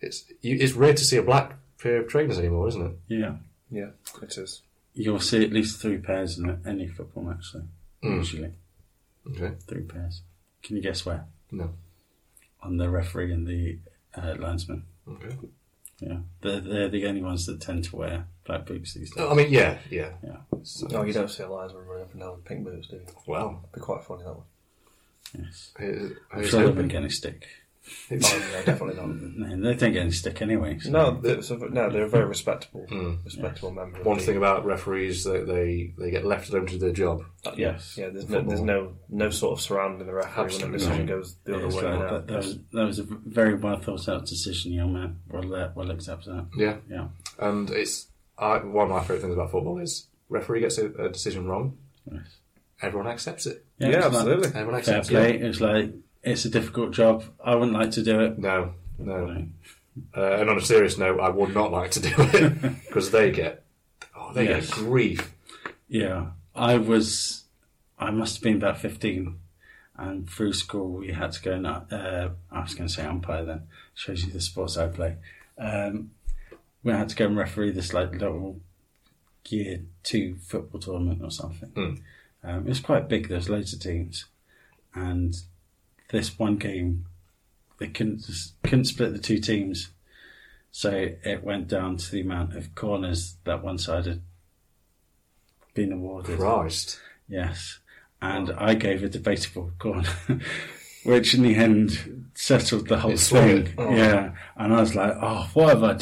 Speaker 4: It's you, it's rare to see a black pair of trainers anymore, isn't it?
Speaker 2: Yeah.
Speaker 6: Yeah, it is.
Speaker 2: You'll see at least three pairs in any football match, though. Usually.
Speaker 4: Hmm. Okay.
Speaker 2: Three pairs. Can you guess where?
Speaker 4: No.
Speaker 2: On the referee and the uh, linesman.
Speaker 4: Okay.
Speaker 2: Yeah, they're, they're the only ones that tend to wear black boots these days.
Speaker 4: Oh, I mean, yeah, yeah.
Speaker 2: Yeah.
Speaker 4: So,
Speaker 3: No, you don't see Eliza running up and down with pink boots, do you?
Speaker 4: Well,
Speaker 3: Be quite funny that one.
Speaker 2: Yes.
Speaker 4: here's,
Speaker 2: I'm
Speaker 4: here's
Speaker 2: sure they
Speaker 4: hoping.
Speaker 2: wouldn't get any stick.
Speaker 3: Oh, no, definitely not.
Speaker 2: No, they don't get any stick anyway. so-
Speaker 3: No, they're, so- no, they're a very respectable, respectable member. of
Speaker 4: One
Speaker 3: the-
Speaker 4: thing about referees that they, they get left alone to their job.
Speaker 2: Yes.
Speaker 3: yeah, there's no, there's no no sort of surrounding the referee when a
Speaker 4: Absolutely
Speaker 3: decision
Speaker 2: not.
Speaker 3: goes the other
Speaker 2: Yes,
Speaker 3: way.
Speaker 2: well,
Speaker 3: no.
Speaker 2: that, that was, that was a very well thought out decision, young man. Well, uh, well looked up to that.
Speaker 4: Yeah,
Speaker 2: Yeah.
Speaker 4: and it's I, one of my favorite things about football is referee gets a, a decision wrong,
Speaker 2: Nice.
Speaker 4: everyone accepts it.
Speaker 3: yeah,
Speaker 2: it's like
Speaker 3: absolutely.
Speaker 4: Everyone
Speaker 2: Fair
Speaker 4: accepts
Speaker 2: play.
Speaker 4: it.
Speaker 2: It's like it's a difficult job. I wouldn't like to do it.
Speaker 4: No, no. Uh, and on a serious note, I would not like to do it because they get oh they
Speaker 2: Yes.
Speaker 4: get grief.
Speaker 2: Yeah, I was. I must have been about fifteen, and through school you had to go and uh, I was going to say umpire then shows you the sports I play. Um, we had to go and referee this like little year two football tournament or something. Um, it was quite big. There's loads of teams, and this one game they couldn't couldn't split the two teams. So it went down to the amount of corners that one side had been awarded.
Speaker 4: Christ,
Speaker 2: Yes. And I gave a debatable corner, which in the end settled the whole
Speaker 4: It Oh. swayed.
Speaker 2: thing. Yeah. And I was like, oh, what have I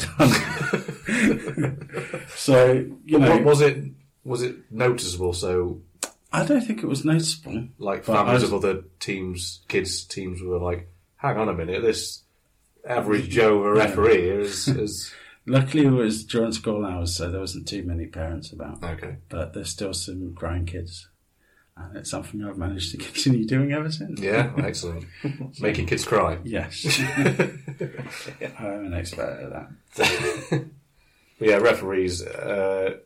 Speaker 2: done? so, you know,
Speaker 4: what, was it? Was it noticeable? So
Speaker 2: I don't think it was noticeable.
Speaker 4: like
Speaker 2: But I
Speaker 4: families
Speaker 2: was-
Speaker 4: of other teams, kids teams were like, hang on a minute, this average Joe of a referee here is, is
Speaker 2: Luckily, it was during school hours, so there wasn't too many parents about.
Speaker 4: okay.
Speaker 2: But there's still some crying kids. And it's something I've managed to continue doing ever since.
Speaker 4: Yeah, excellent. Making kids cry.
Speaker 2: Yes. I'm an expert at that.
Speaker 4: But yeah, referees. Uh,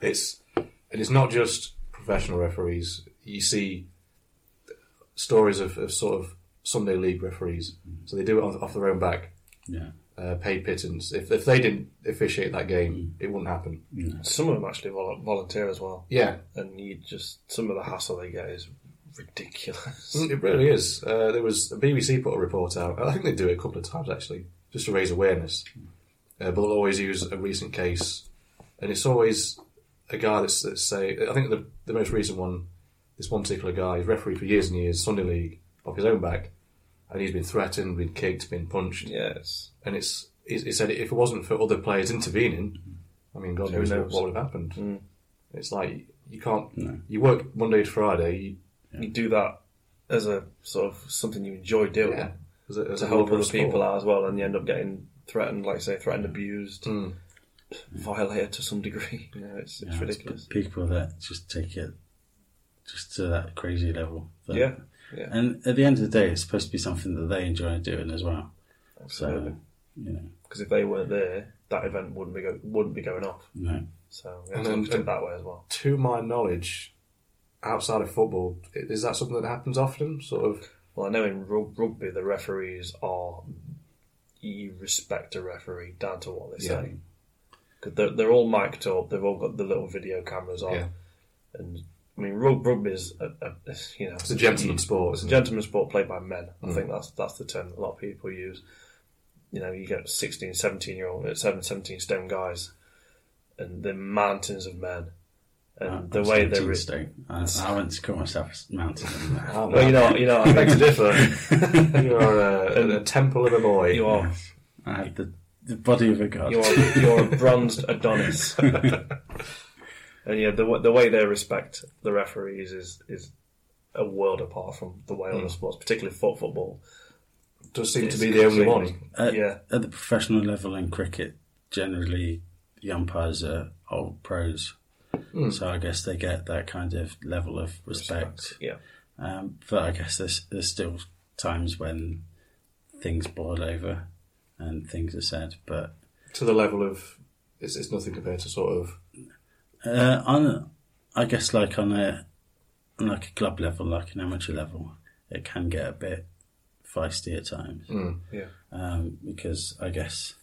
Speaker 4: it's and it's not just professional referees. You see stories of, of sort of Sunday league referees. So they do it off, off their own back,
Speaker 2: Yeah.
Speaker 4: uh, paid pittance. If, if they didn't officiate that game, it wouldn't happen.
Speaker 3: Some of them actually vol- volunteer as well,
Speaker 4: Yeah,
Speaker 3: and you just some of the hassle they get is ridiculous.
Speaker 4: Mm, it really is. Uh, there was a BBC put a report out. I think they do it a couple of times actually, just to raise awareness. Uh, but they'll always use a recent case, and it's always a guy that's, that's say. I think the, the most recent one, this one particular guy, he's refereed for years and years, Sunday League, off his own back, and he's been threatened, been kicked, been punched,
Speaker 3: yes,
Speaker 4: and it's he, he said if it wasn't for other players intervening, I mean, God
Speaker 3: Who
Speaker 4: knows,
Speaker 3: knows?
Speaker 4: what would have happened. It's like you can't. You work Monday to Friday. You,
Speaker 3: you do that as a sort of something you enjoy doing
Speaker 4: yeah, as a- as
Speaker 3: to
Speaker 4: a
Speaker 3: help
Speaker 4: lover of
Speaker 3: other
Speaker 4: sport.
Speaker 3: people out as well, and you end up getting threatened, like say threatened, abused,
Speaker 4: Mm.
Speaker 3: violated to some degree. You know, it's, it's
Speaker 2: Yeah, it's
Speaker 3: ridiculous.
Speaker 2: people that just take it just to that crazy level. That-
Speaker 3: Yeah, yeah.
Speaker 2: And at the end of the day, it's supposed to be something that they enjoy doing as well.
Speaker 3: Absolutely.
Speaker 2: So, you know,
Speaker 3: Because if they weren't there, that event wouldn't be go- wouldn't be going off.
Speaker 2: no.
Speaker 3: So we have
Speaker 4: And
Speaker 3: to
Speaker 4: then-
Speaker 3: look at it that way as well.
Speaker 4: to my knowledge, outside of football, i- is that something that happens often? Sort of.
Speaker 3: Well, I know in rug- rugby the referees are you respect a referee down to what they
Speaker 4: Yeah.
Speaker 3: say. Because they're, they're all mic'd up, they've all got the little video cameras on,
Speaker 4: Yeah.
Speaker 3: and I mean rug- rugby is a, a, you know
Speaker 4: It's a gentleman's sport, Mm.
Speaker 3: It's a
Speaker 4: isn't it?
Speaker 3: gentleman's sport played by men. I think that's that's the term that a lot of people use. You know, you get 16, 17 year old, 7, 17 stone guys, and the mountains of men. And
Speaker 2: I'm-
Speaker 3: the
Speaker 2: I'm
Speaker 3: way
Speaker 2: still
Speaker 3: they're.
Speaker 2: Team Stoke. I, I wouldn't call myself mountain. uh,
Speaker 4: Ah,
Speaker 3: well, you know, you know, I
Speaker 4: beg to
Speaker 3: think
Speaker 4: differ. you are a, a temple of a boy.
Speaker 3: you are,
Speaker 2: I have the, the body of a god.
Speaker 3: you are, you're a bronzed Adonis. and yeah, the wa- the way they respect the referees is is a world apart from the way other sports, particularly foot football.
Speaker 4: Does seem Hmm. to
Speaker 3: It's
Speaker 4: be the only
Speaker 3: completely-
Speaker 4: one.
Speaker 2: at,
Speaker 3: yeah.
Speaker 2: at the professional level in cricket, generally the umpires are old pros.
Speaker 3: Hmm.
Speaker 2: So I guess they get that kind of level of respect.
Speaker 3: Yeah.
Speaker 2: Um, but I guess there's, there's still times when things boil over and things are said. But
Speaker 4: To the level of. It's, it's nothing compared to sort of.
Speaker 2: uh, on, I guess like on a on like a club level, like an amateur level, it can get a bit feisty at times.
Speaker 3: Yeah.
Speaker 2: Um, because I guess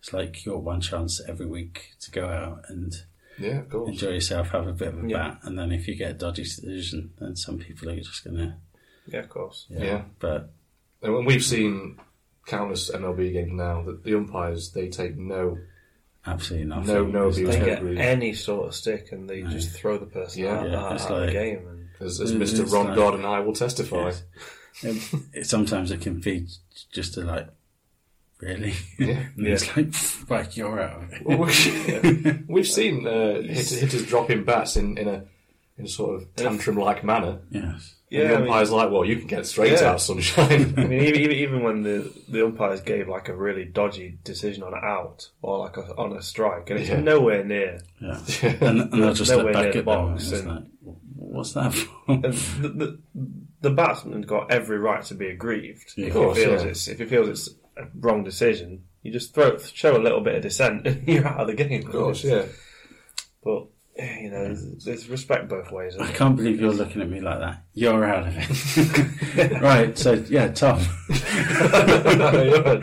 Speaker 2: it's like your one chance every week to go out and
Speaker 4: Yeah, of course.
Speaker 2: enjoy yourself, have a bit of a
Speaker 3: Yeah.
Speaker 2: bat, and then if you get a dodgy decision, then some people are just gonna
Speaker 3: Yeah, of course.
Speaker 2: yeah.
Speaker 4: Yeah.
Speaker 2: But
Speaker 4: And we've seen countless MLB games now that the umpires they take no
Speaker 2: Absolutely nothing.
Speaker 4: no no abuse.
Speaker 3: They
Speaker 4: no
Speaker 3: get
Speaker 4: grief.
Speaker 3: any sort of stick and they
Speaker 2: No.
Speaker 3: just throw the person
Speaker 4: Yeah.
Speaker 3: out,
Speaker 2: Yeah,
Speaker 3: out,
Speaker 2: it's
Speaker 3: out of the
Speaker 2: like-
Speaker 3: game. And
Speaker 4: as, as
Speaker 2: Mm,
Speaker 4: Mr.
Speaker 2: it's
Speaker 4: Ron
Speaker 2: like-
Speaker 4: Dodd and I will testify.
Speaker 2: Yes. it, it- sometimes it can be just a like, really?
Speaker 4: Yeah.
Speaker 2: and It's like, like, you're out of it.
Speaker 4: Well, we- We've seen uh, hit, hitters dropping bats in, in a in a sort of tantrum like manner.
Speaker 2: Yes.
Speaker 4: and the
Speaker 3: I mean-
Speaker 4: umpire's like, well, you can get straight
Speaker 3: Yeah.
Speaker 4: out, sunshine.
Speaker 3: I mean, even, even, even when the, the umpires gave like a really dodgy decision on an out or like a, on a strike, and it's
Speaker 4: Yeah.
Speaker 3: nowhere near.
Speaker 2: Yeah. And, and they'll just
Speaker 3: Nowhere
Speaker 2: look
Speaker 3: near
Speaker 2: back
Speaker 3: the
Speaker 2: at
Speaker 3: box
Speaker 2: box and
Speaker 3: and-
Speaker 2: like, what's that for?
Speaker 3: And the, the, the batsman's got every right to be aggrieved.
Speaker 2: Yeah.
Speaker 3: if,
Speaker 2: Of
Speaker 4: course,
Speaker 3: he feels
Speaker 4: yeah.
Speaker 3: it's, if he feels it's a wrong decision, you just throw show a little bit of dissent and you're out of the game.
Speaker 4: of course, yeah.
Speaker 3: But, eh, you know, there's, there's respect both ways.
Speaker 2: I
Speaker 3: isn't
Speaker 2: can't believe you're looking at me like that. You're out of it. right. So yeah, Tom.
Speaker 3: there?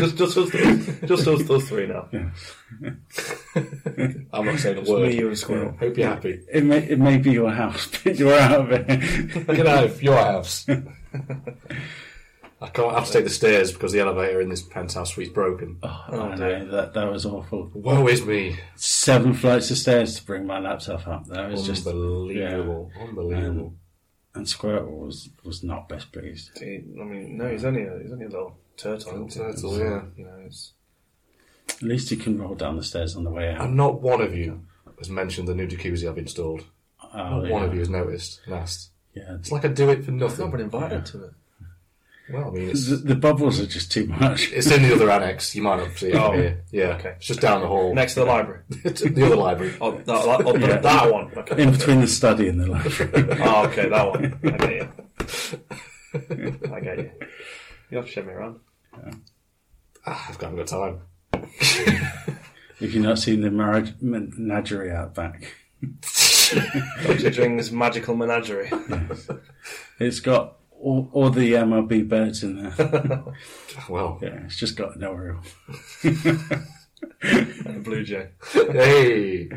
Speaker 3: just, just, us, just us, us three now.
Speaker 4: I'm not saying a
Speaker 3: Just me,
Speaker 4: word.
Speaker 3: you and Squirrel.
Speaker 4: Hope you're happy.
Speaker 2: It may it may be your house, but you're out of it.
Speaker 4: Get out of your house. I can't I have to take the stairs because the elevator in this penthouse suite's broken.
Speaker 2: Oh, I know that that was awful.
Speaker 4: Woe is me.
Speaker 2: Seven flights of stairs to bring my laptop up. That was just
Speaker 4: Unbelievable. Unbelievable.
Speaker 2: and Squirtle was was not best pleased.
Speaker 3: He- I mean, no, he's only a, he's only a little turtle.
Speaker 4: Little turtle, yeah.
Speaker 3: You know, it's,
Speaker 2: At least he can roll down the stairs on the way out.
Speaker 4: And not one of you has mentioned the new jacuzzi I've installed.
Speaker 2: Oh,
Speaker 4: not
Speaker 2: yeah.
Speaker 4: one of you has noticed and asked.
Speaker 2: Yeah.
Speaker 4: It's like I do it for
Speaker 3: I've not
Speaker 4: nothing.
Speaker 3: been invited to it.
Speaker 4: Well, I mean, it's,
Speaker 2: The, the bubbles are just too much.
Speaker 4: it's in the other annex. You might not see it
Speaker 3: Oh,
Speaker 4: here. Yeah,
Speaker 3: okay.
Speaker 4: it's just down the hall
Speaker 3: Next to the library.
Speaker 4: to the other library.
Speaker 3: Oh, that, that, oh,
Speaker 2: Yeah.
Speaker 3: that one. Okay.
Speaker 2: In between the study and the library.
Speaker 3: Oh, okay, that one. I get you. I get you. You have to show me around.
Speaker 4: Ah, I've got no time.
Speaker 2: If you've not seen the marriage menagerie out back,
Speaker 3: Dr. Dring's magical menagerie.
Speaker 2: it's got all, all the MLB birds in there.
Speaker 4: Well,
Speaker 2: yeah, it's just got an Oriole.
Speaker 3: And a blue jay.
Speaker 4: hey,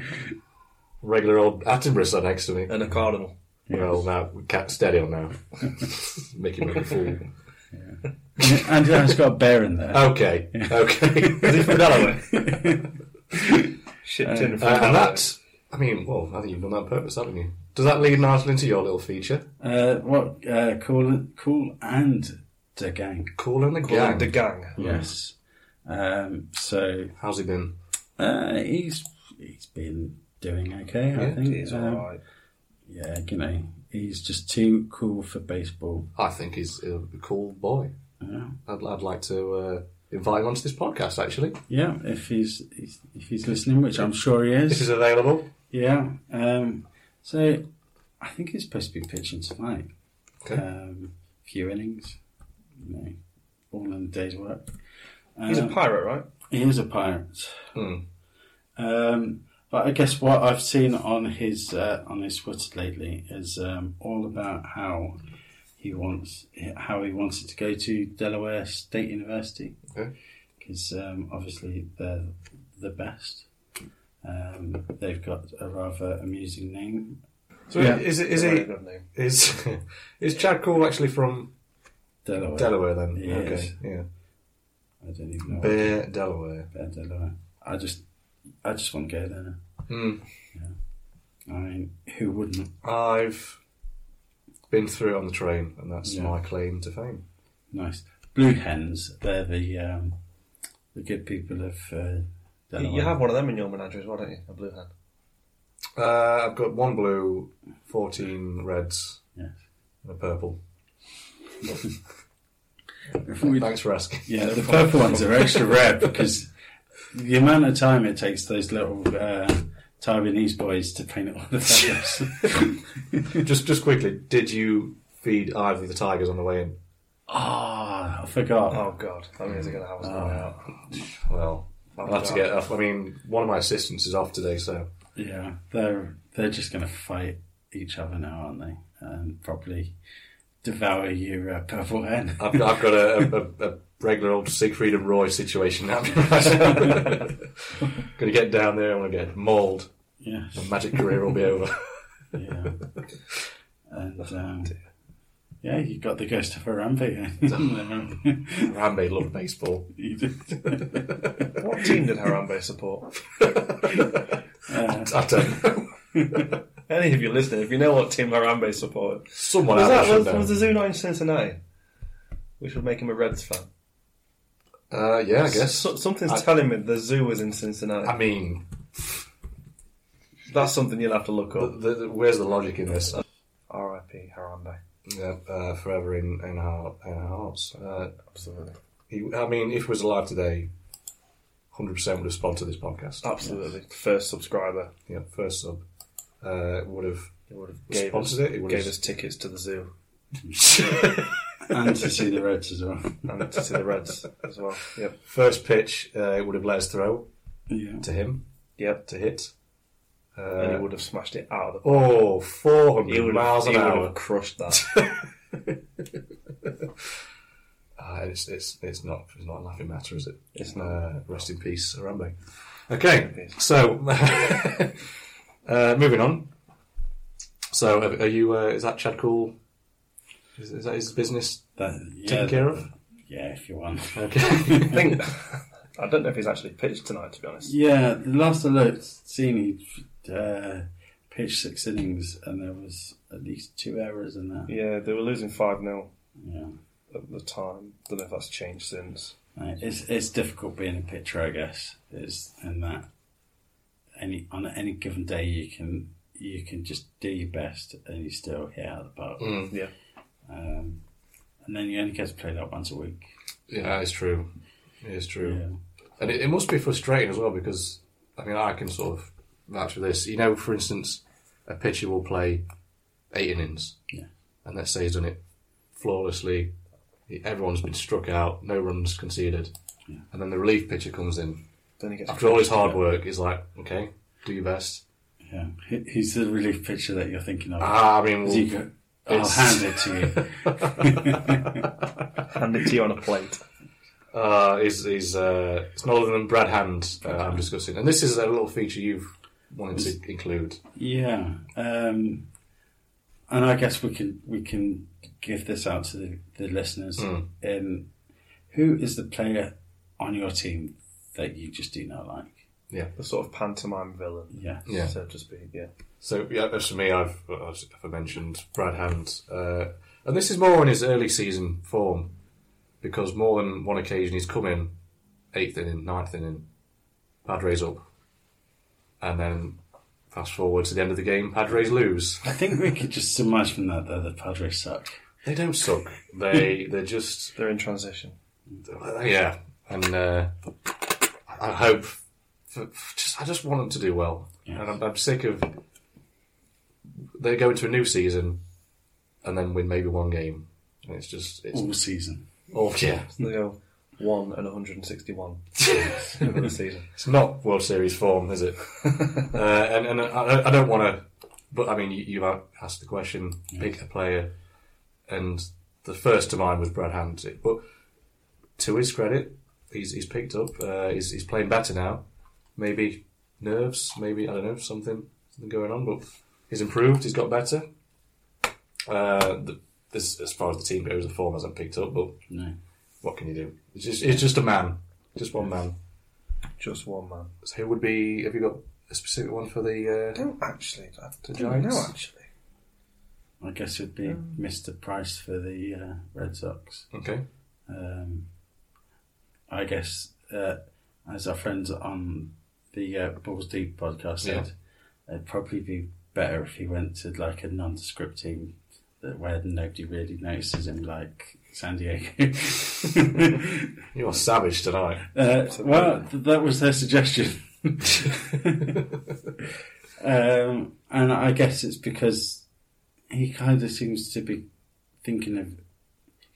Speaker 4: regular old Attenborough sat next to me.
Speaker 3: And a cardinal.
Speaker 4: Well, now we can't steady on now. Making me a fool.
Speaker 2: And it's got a bear in there.
Speaker 4: Okay, okay.
Speaker 3: Is he from Delaware? Shipped in from
Speaker 4: Uh, and
Speaker 3: Delaware.
Speaker 4: that's, I mean, well, I think you've done that on purpose, haven't you? Does that lead nicely into your little feature?
Speaker 2: Uh, what? Uh, cool, cool, and the gang.
Speaker 4: Cool and the
Speaker 3: Gang.
Speaker 4: gang.
Speaker 3: The gang.
Speaker 4: Hmm.
Speaker 2: Yes. Um, so
Speaker 4: How's he been?
Speaker 2: uh, he's he's been doing okay. I
Speaker 4: Yeah,
Speaker 2: think.
Speaker 3: He's
Speaker 2: Um,
Speaker 3: alright.
Speaker 2: Yeah, you know, he's just too cool for baseball.
Speaker 4: I think he's a cool boy.
Speaker 2: Yeah.
Speaker 4: I'd, I'd like to uh, invite him onto this podcast, actually,
Speaker 2: Yeah, if he's if he's listening, which I'm sure he is.
Speaker 4: if he's available.
Speaker 2: Yeah. Um, so I think he's supposed to be pitching tonight.
Speaker 4: Okay.
Speaker 2: Um, few innings. You know, all in a day's work.
Speaker 3: He's a
Speaker 2: Um,
Speaker 3: pirate, right?
Speaker 2: He is a pirate.
Speaker 4: Hmm.
Speaker 2: Um, but I guess what I've seen on his uh, on his Twitter lately is um, all about how he wants how he wanted to go to Delaware State University
Speaker 4: Okay.
Speaker 2: because um, obviously they're the best. Um, they've got a rather amusing name.
Speaker 4: So
Speaker 2: Yeah.
Speaker 4: is is
Speaker 3: Very
Speaker 4: he
Speaker 3: good name.
Speaker 4: is is Chad Cool actually from
Speaker 2: Delaware.
Speaker 4: Delaware then?
Speaker 2: He
Speaker 4: okay,
Speaker 2: is.
Speaker 4: yeah,
Speaker 2: I don't even know. what
Speaker 4: Bear Delaware.
Speaker 2: Bear Delaware. I just I just want to go there.
Speaker 4: Hmm.
Speaker 2: I mean, who wouldn't?
Speaker 4: I've been through it on the train, and that's
Speaker 2: Yeah.
Speaker 4: my claim to fame.
Speaker 2: Nice. Blue hens. They're the um, the good people of uh,
Speaker 3: You,
Speaker 2: Delaware.
Speaker 3: you have one of them in your menagerie as well, don't you? A blue hand.
Speaker 4: Uh, I've got one blue, fourteen reds,
Speaker 2: Yes.
Speaker 4: and a purple.
Speaker 2: If we-
Speaker 4: Thanks for asking.
Speaker 2: yeah, the purple ones are extra rare because the amount of time it takes those little uh, Taiwanese boys to paint all the feathers.
Speaker 4: just just quickly, did you feed either of the tigers on the way in?
Speaker 2: Ah, I forgot.
Speaker 3: Oh, God. That means they're going to have us on the way out.
Speaker 4: Well, I'll have to get. off. I mean, one of my assistants is off today, so
Speaker 2: Yeah, they're they're just going to fight each other now, aren't they? And probably devour your uh, purple hen.
Speaker 4: I've, I've got a, a, a, a regular old Siegfried and Roy situation now. Going to get down there. I'm going to get mauled.
Speaker 2: Yes.
Speaker 4: My magic career will be over.
Speaker 2: Oh, Yeah. And um, Yeah, you got the ghost of Harambe.
Speaker 4: Harambe loved baseball.
Speaker 2: You did.
Speaker 3: What team did Harambe support?
Speaker 4: I don't know.
Speaker 3: Any of you listening, if you know what team Harambe supported,
Speaker 4: Someone
Speaker 3: was
Speaker 4: out there
Speaker 3: that
Speaker 4: should
Speaker 3: was,
Speaker 4: know.
Speaker 3: was the zoo not in Cincinnati? We should make him a Reds fan.
Speaker 4: Uh, yeah, I guess.
Speaker 3: So, something's
Speaker 4: I-
Speaker 3: telling me the zoo was in Cincinnati.
Speaker 4: I mean,
Speaker 3: That's something you'll have to look
Speaker 4: the,
Speaker 3: up.
Speaker 4: the, the- where's the logic in this? Uh,
Speaker 3: R.I.P. Harambe.
Speaker 4: Yeah, uh, forever in, in, our, in our hearts. Uh,
Speaker 3: Absolutely.
Speaker 4: he, I mean, if he was alive today, 100% would have sponsored this podcast. Uh,
Speaker 3: Absolutely. First subscriber.
Speaker 4: Yeah, first sub. Uh, would have.
Speaker 3: It would have gave, us,
Speaker 4: Sponsored it, it would
Speaker 3: gave
Speaker 4: have-
Speaker 3: us tickets to the zoo
Speaker 2: and to see the Reds as well.
Speaker 3: and to see the Reds as well. Yep.
Speaker 4: First pitch, uh, it would have let us throw
Speaker 2: Yeah.
Speaker 4: to him
Speaker 3: Yep.
Speaker 4: to hit.
Speaker 3: and he
Speaker 4: Uh,
Speaker 3: would have smashed it out of the park.
Speaker 4: oh, 400
Speaker 3: He would have,
Speaker 4: miles
Speaker 3: he
Speaker 4: an
Speaker 3: would
Speaker 4: hour.
Speaker 3: have crushed that.
Speaker 4: Ah, it's, it's it's not it's not a laughing matter, is it?
Speaker 3: It's not.
Speaker 4: Uh, rest in peace, Harambe. Okay, so uh, moving on. So, are, are you? Uh, is that Chad Cool? Is, is that his business
Speaker 2: That, yeah,
Speaker 4: taken care of?
Speaker 2: Yeah, if you want.
Speaker 4: Okay.
Speaker 3: I think. I don't know if he's actually pitched tonight, to be honest.
Speaker 2: Yeah, the last I looked, seen he uh, pitched six innings and there was at least two errors in that.
Speaker 3: Yeah, they were losing 5 0
Speaker 2: Yeah.
Speaker 3: at the time. Don't know if that's changed since.
Speaker 2: Right, It's it's difficult being a pitcher, I guess. Is in that any on any given day you can you can just do your best and you still hit out of the park.
Speaker 4: Mm,
Speaker 3: yeah.
Speaker 2: Um, and then you only get to play that once a week.
Speaker 4: yeah, it's true. It's true,
Speaker 2: Yeah.
Speaker 4: and it, it must be frustrating as well because I mean I can sort of vouch for this. You know, for instance, a pitcher will play eight innings,
Speaker 2: Yeah.
Speaker 4: and let's say he's done it flawlessly. Everyone's been struck out, no runs conceded,
Speaker 2: Yeah.
Speaker 4: and then the relief pitcher comes in.
Speaker 3: Then he gets.
Speaker 4: After all his hard work, he's like, "Okay, do your best."
Speaker 2: Yeah. Who- Who's the relief pitcher that you're thinking of?
Speaker 4: Ah, I mean,
Speaker 2: Has
Speaker 4: well,
Speaker 2: he got- I'll
Speaker 4: it's-
Speaker 2: hand it to
Speaker 3: handed to you on a plate.
Speaker 4: uh, is is uh, it's not other than Brad Hand uh, I'm discussing, and this is a little feature you've wanted to include.
Speaker 2: you. yeah. Um, and I guess we can we can give this out to the, the listeners.
Speaker 4: Mm.
Speaker 2: In who is the player on your team that you just do not like?
Speaker 3: The sort of pantomime villain,
Speaker 2: Yeah.
Speaker 4: Yeah.
Speaker 3: so to speak. Yeah.
Speaker 4: So yeah, as for me, I've as I mentioned Brad Hand, uh, and this is more on his early season form because more than one occasion he's come in eighth inning, ninth inning, Padres up, and then fast forward to the end of the game, Padres lose.
Speaker 2: I think we could just surmise from that that the Padres suck.
Speaker 4: They don't suck. They they're just
Speaker 3: They're in transition.
Speaker 4: yeah, and uh, I I hope for, for just I just want them to do well,
Speaker 2: Yes.
Speaker 4: and I'm, I'm sick of they go into a new season and then win maybe one game, and it's just it's
Speaker 2: all season.
Speaker 4: oh yeah,
Speaker 3: They go one and 161 over the season.
Speaker 4: it's not World Series form, is it? uh, and and I, I don't want to, but I mean you, you asked the question, pick a player, and the first to mind was Brad Hand, but to his credit, he's he's picked up, uh, he's he's playing better now. Maybe nerves, maybe I don't know something something going on, but he's improved, he's got better. Uh, the, this as far as the team goes, the form hasn't picked up, but
Speaker 2: No.
Speaker 4: what can you do? It's just it's just a man, just one man.
Speaker 3: Just one man.
Speaker 4: So who would be? Have you got a specific one for the? uh,
Speaker 3: I don't actually. I don't
Speaker 4: Giants?
Speaker 3: know actually.
Speaker 2: I guess it would be Mr. Price for the uh, Red Sox.
Speaker 4: Uh... Okay.
Speaker 2: Um, I guess, uh, as our friends on the uh, Balls Deep podcast said, it'd probably be better if he went to like a nondescript team that where nobody really notices him, like San Diego.
Speaker 4: You are savage tonight.
Speaker 2: Uh, well, th- that was their suggestion. um, and I guess it's because he kind of seems to be thinking of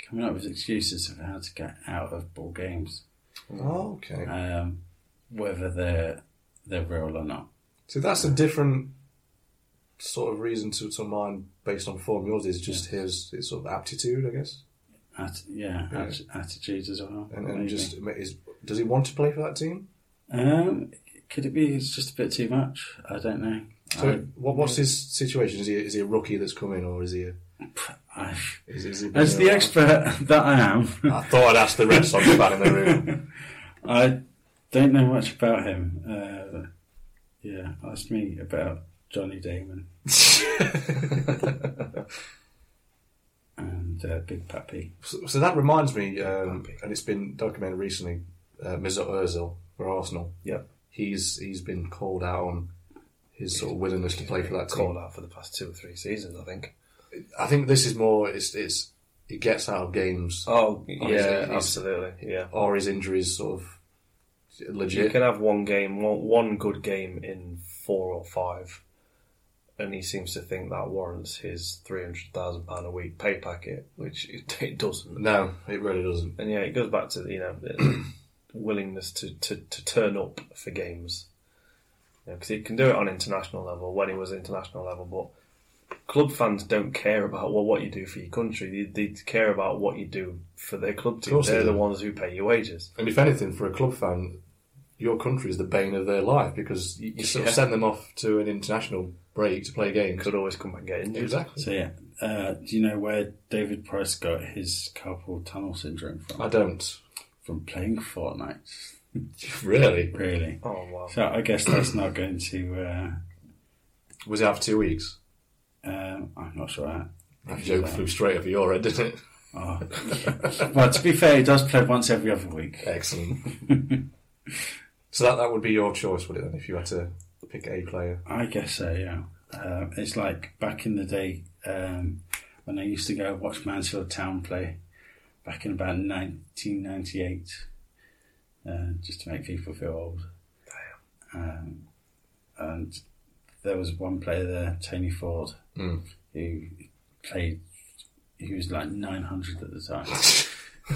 Speaker 2: coming up with excuses of how to get out of ball games,
Speaker 4: Oh, okay.
Speaker 2: um, whether they're they're real or not.
Speaker 4: So that's a different sort of reason to, to mine based on form. Yours is just his, his sort of aptitude, I guess,
Speaker 2: At, yeah, At, attitudes as well.
Speaker 4: and, and
Speaker 2: maybe.
Speaker 4: just is, does he want to play for that team?
Speaker 2: um, could it be it's just a bit too much? I don't know.
Speaker 4: So
Speaker 2: I-
Speaker 4: what, what's his situation? Is he is he a rookie that's come in, or is he a
Speaker 2: I,
Speaker 4: Is, is it-
Speaker 2: as the expert that I am,
Speaker 4: I thought I'd ask the rest on the fan in the room.
Speaker 2: I don't know much about him. Uh, yeah, ask me about Johnny Damon and uh, Big Pappy.
Speaker 4: So, so that reminds me, um, and it's been documented recently. Uh, Mesut Ozil for Arsenal.
Speaker 3: Yeah.
Speaker 4: he's he's been called out on his sort of willingness to play for that team.
Speaker 3: Called out for the past two or three seasons, I think.
Speaker 4: I think this is more. It's it's it gets out of games
Speaker 3: Oh, yeah,
Speaker 4: he's-
Speaker 3: absolutely. Yeah.
Speaker 4: or his injuries sort of
Speaker 3: You
Speaker 4: legit.
Speaker 3: can have one game, one, one good game in four or five, and he seems to think that warrants his three hundred thousand pound a week pay packet, which it, it doesn't.
Speaker 4: No, it really doesn't.
Speaker 3: And yeah, it goes back to the, you know the willingness to, to, to turn up for games, because he can do it on international level when he was international level, but club fans don't care about well, what you do for your country. They, they care about what you do for their club team.
Speaker 4: course they
Speaker 3: They're the
Speaker 4: do.
Speaker 3: ones who pay your wages.
Speaker 4: And if anything, for a club fan, your country is the bane of their life because you, you sort
Speaker 3: Yeah.
Speaker 4: of send them off to an international break to play games.
Speaker 3: Could always come back and get injured.
Speaker 4: Exactly.
Speaker 2: So yeah, uh, do you know where David Price got his carpal tunnel syndrome from?
Speaker 4: I don't
Speaker 2: From playing Fortnite,
Speaker 4: really.
Speaker 2: really.
Speaker 3: Oh wow.
Speaker 2: So I guess that's not going to. Uh,
Speaker 4: Was it after two weeks?
Speaker 2: um, I'm not sure. how-
Speaker 4: That joke flew straight over your head, didn't it?
Speaker 2: Oh. well, to be fair, he does play once every other week.
Speaker 4: Excellent. so that that would be your choice, would it? Then, if you had to pick a player,
Speaker 2: I guess so, yeah. Um, it's like back in the day um, when I used to go watch Mansfield Town play back in about 1998, uh, just to make people feel old. Um, and there was one player there, Tony Ford,
Speaker 4: Mm.
Speaker 2: who played, he was like 900 at the time.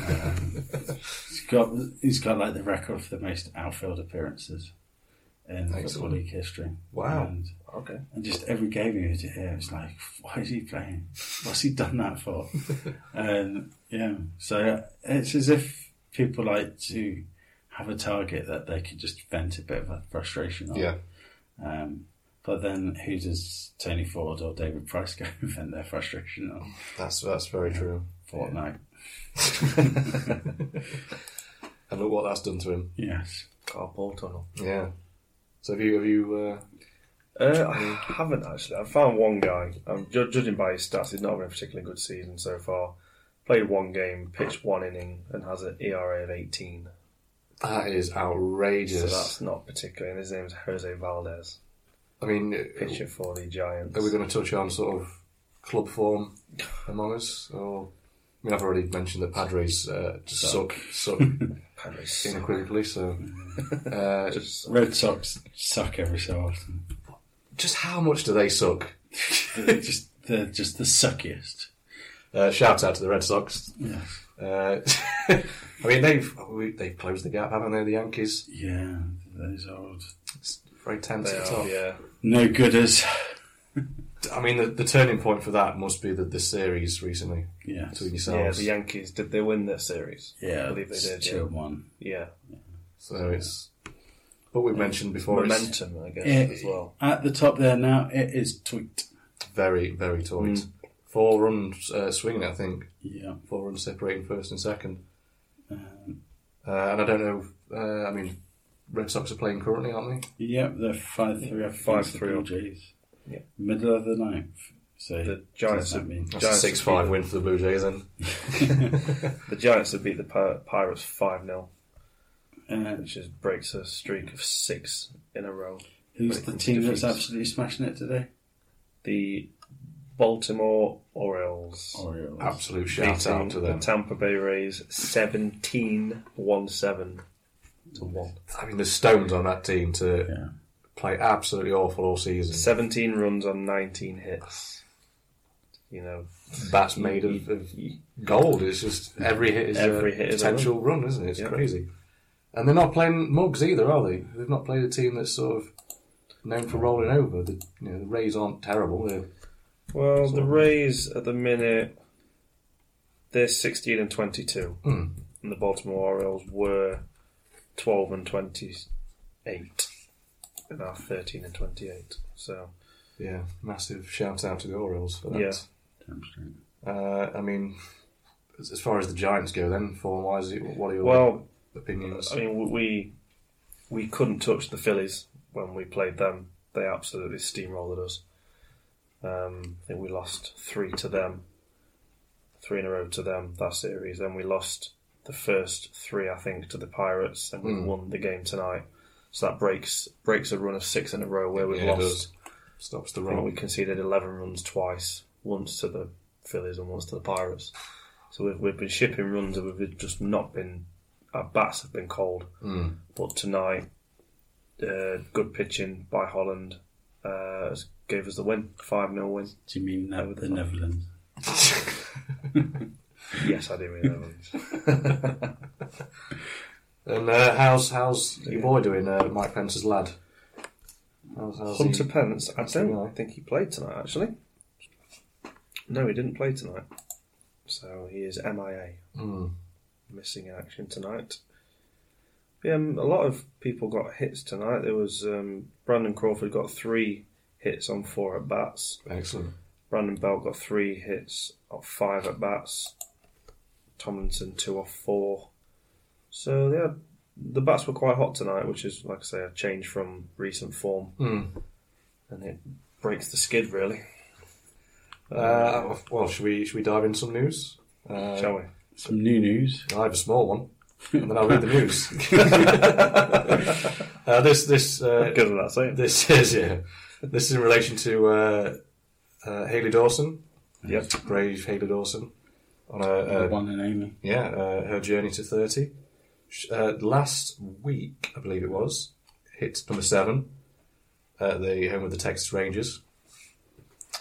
Speaker 2: um, he's got, he's got like the record for the most outfield appearances in football
Speaker 4: Excellent.
Speaker 2: league history.
Speaker 4: Wow.
Speaker 2: And,
Speaker 3: Okay.
Speaker 2: and just every game he would hear, it's like, why is he playing? What's he done that for? and yeah, so uh, it's as if people like to have a target that they can just vent a bit of a frustration on.
Speaker 4: yeah,
Speaker 2: Um, but then who does Tony Ford or David Price go and vent their frustration on?
Speaker 4: that's that's very true.
Speaker 2: Fortnite.
Speaker 4: And look what that's done to him.
Speaker 2: Yes.
Speaker 3: Carpal tunnel.
Speaker 4: Yeah. So have you have you?
Speaker 3: Uh, I haven't actually. I found one guy. I'm ju- judging by his stats, he's not having a particularly good season so far. Played one game, pitched one inning, and has an ERA of 18.
Speaker 4: Uh, that is
Speaker 3: So
Speaker 4: outrageous.
Speaker 3: that's not particularly. And his name's Jose Valdez,
Speaker 4: I mean,
Speaker 3: pitcher for the Giants.
Speaker 4: are we going to touch on sort of club form among us? Or I mean, I've already mentioned that Padres uh, just suck, suck
Speaker 3: Apparently suck.
Speaker 4: unequivocally. So uh,
Speaker 3: Just-
Speaker 2: Red Sox suck every so often.
Speaker 4: just how much do they suck?
Speaker 2: They're just, they're just the suckiest.
Speaker 4: Uh, shout out to the Red Sox.
Speaker 2: Yes.
Speaker 4: Uh, I mean, they've we- they've closed the gap, haven't they? The Yankees
Speaker 2: Yeah, those old
Speaker 4: it's very tense
Speaker 3: They
Speaker 4: at the
Speaker 3: are,
Speaker 4: top.
Speaker 3: yeah.
Speaker 2: no gooders.
Speaker 4: I mean, the, the turning point for that must be the, the series recently
Speaker 2: Yeah.
Speaker 4: between
Speaker 3: Yeah,
Speaker 4: yourselves.
Speaker 3: the Yankees, did they win their series?
Speaker 2: Yeah,
Speaker 3: I believe they
Speaker 2: it's
Speaker 3: did.
Speaker 2: Two
Speaker 3: Yeah.
Speaker 2: one.
Speaker 3: yeah.
Speaker 4: so it's what we've mentioned before. It's
Speaker 3: Momentum, I guess,
Speaker 2: Yeah.
Speaker 3: as well.
Speaker 2: At the top there now, it is tweaked.
Speaker 4: very very tight.
Speaker 3: Mm.
Speaker 4: Four runs uh, swinging, I think.
Speaker 2: Yeah,
Speaker 4: Four runs separating first and second.
Speaker 2: um,
Speaker 4: Uh, and I don't know. Uh, I mean, Red Sox are playing currently, aren't they?
Speaker 2: yeah, they're five three up
Speaker 3: Five,
Speaker 2: against the
Speaker 3: three up.
Speaker 2: BGs.
Speaker 3: Yeah.
Speaker 2: middle of the ninth. So
Speaker 3: The Giants
Speaker 2: what
Speaker 3: have-
Speaker 2: does
Speaker 4: That's a
Speaker 3: Giants
Speaker 4: six five
Speaker 3: beat
Speaker 4: win for the Blue Jays. Then
Speaker 3: The Giants have beat the Pir- Pirates 5 0.
Speaker 2: that mean? Uh,
Speaker 3: which is breaks a streak of six in a row.
Speaker 2: who's
Speaker 3: Right,
Speaker 2: the team that's
Speaker 3: defeats.
Speaker 2: absolutely smashing it today?
Speaker 3: The Baltimore Orioles
Speaker 2: Orioles.
Speaker 4: absolute Oh, shout
Speaker 3: beating
Speaker 4: out to
Speaker 3: the
Speaker 4: them.
Speaker 3: Tampa Bay Rays 17 1 7 to 1.
Speaker 4: I mean, the stones on that team to
Speaker 2: Yeah.
Speaker 4: play absolutely awful all season.
Speaker 3: 17 runs on 19 hits. You know,
Speaker 4: That's made of, of gold. It's just every hit is
Speaker 3: Every
Speaker 4: a
Speaker 3: hit is a
Speaker 4: potential run. isn't it? It's
Speaker 3: Yeah.
Speaker 4: crazy. And they're not playing mugs either, are they? They've not played a team that's sort of known for rolling over. The, you know, the Rays aren't terrible. They're,
Speaker 3: well, the Rays at the minute, they're 16 and 22.
Speaker 4: Hmm.
Speaker 3: And the Baltimore Orioles were 12 and 28. And are 13 and 28. So.
Speaker 4: yeah, massive shout out to the Orioles for that.
Speaker 3: Yeah.
Speaker 2: Damn straight.
Speaker 4: Uh, I mean, as as far as the Giants go, then form wise, what are your
Speaker 3: Well,
Speaker 4: opinions?
Speaker 3: I mean, we we couldn't touch the Phillies when we played them. They absolutely steamrolled us. Um, I think we lost three to them, three in a row to them that series. Then we lost the first three, I think, to the Pirates, and we
Speaker 4: Hmm.
Speaker 3: won the game tonight. So that breaks breaks a run of six in a row where we've
Speaker 4: Yeah,
Speaker 3: lost.
Speaker 4: it does. Stops the
Speaker 3: I think we
Speaker 4: run.
Speaker 3: conceded 11 runs twice, once to the Phillies and once to the Pirates. So we've, we've been shipping runs and we've just not been, our bats have been cold.
Speaker 4: Mm.
Speaker 3: But tonight, uh, good pitching by Holland uh, has- gave us the win, 5 0 win.
Speaker 2: Do you mean that with the Netherlands?
Speaker 3: Yes, I do mean that.
Speaker 4: And uh, how's how's your boy doing, uh, Mike Pence's lad? How's, how's he-
Speaker 3: Hunter Pence, I
Speaker 4: he
Speaker 3: don't
Speaker 4: like?
Speaker 3: think he played tonight, actually. No, he didn't play tonight. So he is MIA.
Speaker 4: Mm.
Speaker 3: missing in action tonight. Yeah, um, a lot of people got hits tonight. There was um, Brandon Crawford got three hits on four at bats.
Speaker 4: Excellent.
Speaker 3: Brandon Belt got three hits off five at bats. Tomlinson two off four. So they had the bats were quite hot tonight, which is like I say a change from recent form,
Speaker 4: Mm.
Speaker 3: and it breaks the skid really,
Speaker 4: Uh, well, should we should we dive into some news? Uh,
Speaker 3: shall we?
Speaker 2: Some new news.
Speaker 4: I have a small one, and then I'll read the news. uh, this this uh,
Speaker 3: Good with that saying.
Speaker 4: this is yeah, this is in relation to uh, uh, Haley Dawson,
Speaker 3: Yep. uh,
Speaker 4: brave Haley Dawson, on a,
Speaker 2: the
Speaker 4: a
Speaker 2: one and only.
Speaker 4: yeah, uh, her journey to 30. Sh- Uh, last week, I believe it was, hit number seven at the home of the Texas Rangers.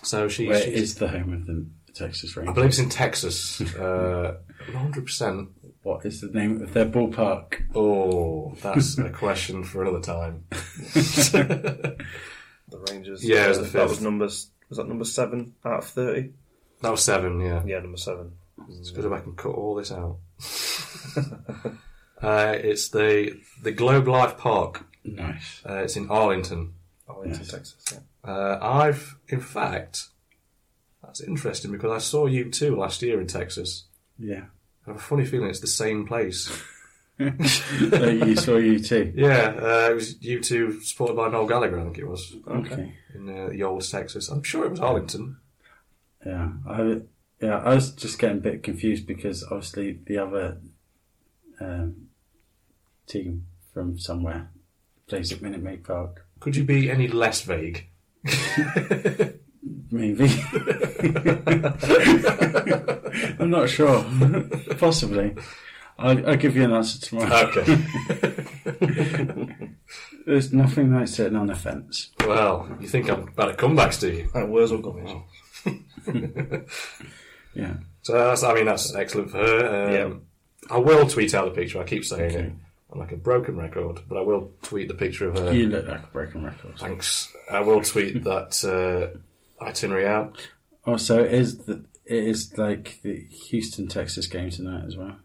Speaker 4: So she,
Speaker 2: Where
Speaker 4: she's-
Speaker 2: is the home of the Texas
Speaker 4: I
Speaker 2: Rangers?
Speaker 4: believe it's in Texas. Uh, 100%.
Speaker 2: What is the name of their ballpark?
Speaker 4: Oh, that's a question for another time.
Speaker 3: The Rangers.
Speaker 4: Yeah, it was
Speaker 3: Uh,
Speaker 4: the
Speaker 3: that
Speaker 4: fifth.
Speaker 3: was numbers. Was that number seven out of thirty?
Speaker 4: That was seven, yeah.
Speaker 3: Yeah, number seven.
Speaker 4: It's good if I can cut all this out. uh, it's the the Globe Life Park.
Speaker 2: Nice.
Speaker 4: Uh, it's in Arlington.
Speaker 3: Arlington,
Speaker 2: Yes.
Speaker 3: Texas. Yeah.
Speaker 4: Uh, I've, in fact, that's interesting because I saw you too last year in Texas.
Speaker 2: Yeah.
Speaker 4: I have a funny feeling it's the same place.
Speaker 2: so you saw you too.
Speaker 4: Yeah, uh, it was you two supported by Noel Gallagher, I think it was,
Speaker 2: Okay.
Speaker 4: in uh, the old Texas. I'm sure it was Arlington.
Speaker 2: Yeah. I yeah, I was just getting a bit confused because obviously the other um, team from somewhere plays at Minute Maid Park.
Speaker 4: Could you be any less vague?
Speaker 2: Maybe. I'm not sure. Possibly. I'll, I'll give you an answer tomorrow.
Speaker 4: Okay.
Speaker 2: There's nothing like sitting on the fence.
Speaker 4: well, you think I'm bad at comebacks, do you?
Speaker 3: And Wurzel Gummidge.
Speaker 2: Yeah.
Speaker 4: So that's, I mean, that's excellent for her. Um, I will tweet out the picture. I keep saying it.
Speaker 2: Okay.
Speaker 4: I'm like a broken record, but I will tweet the picture of her.
Speaker 2: You look like a broken record.
Speaker 4: Thanks. I will tweet that uh, itinerary out.
Speaker 2: Also, it is the it is like the Houston Texas game tonight as well.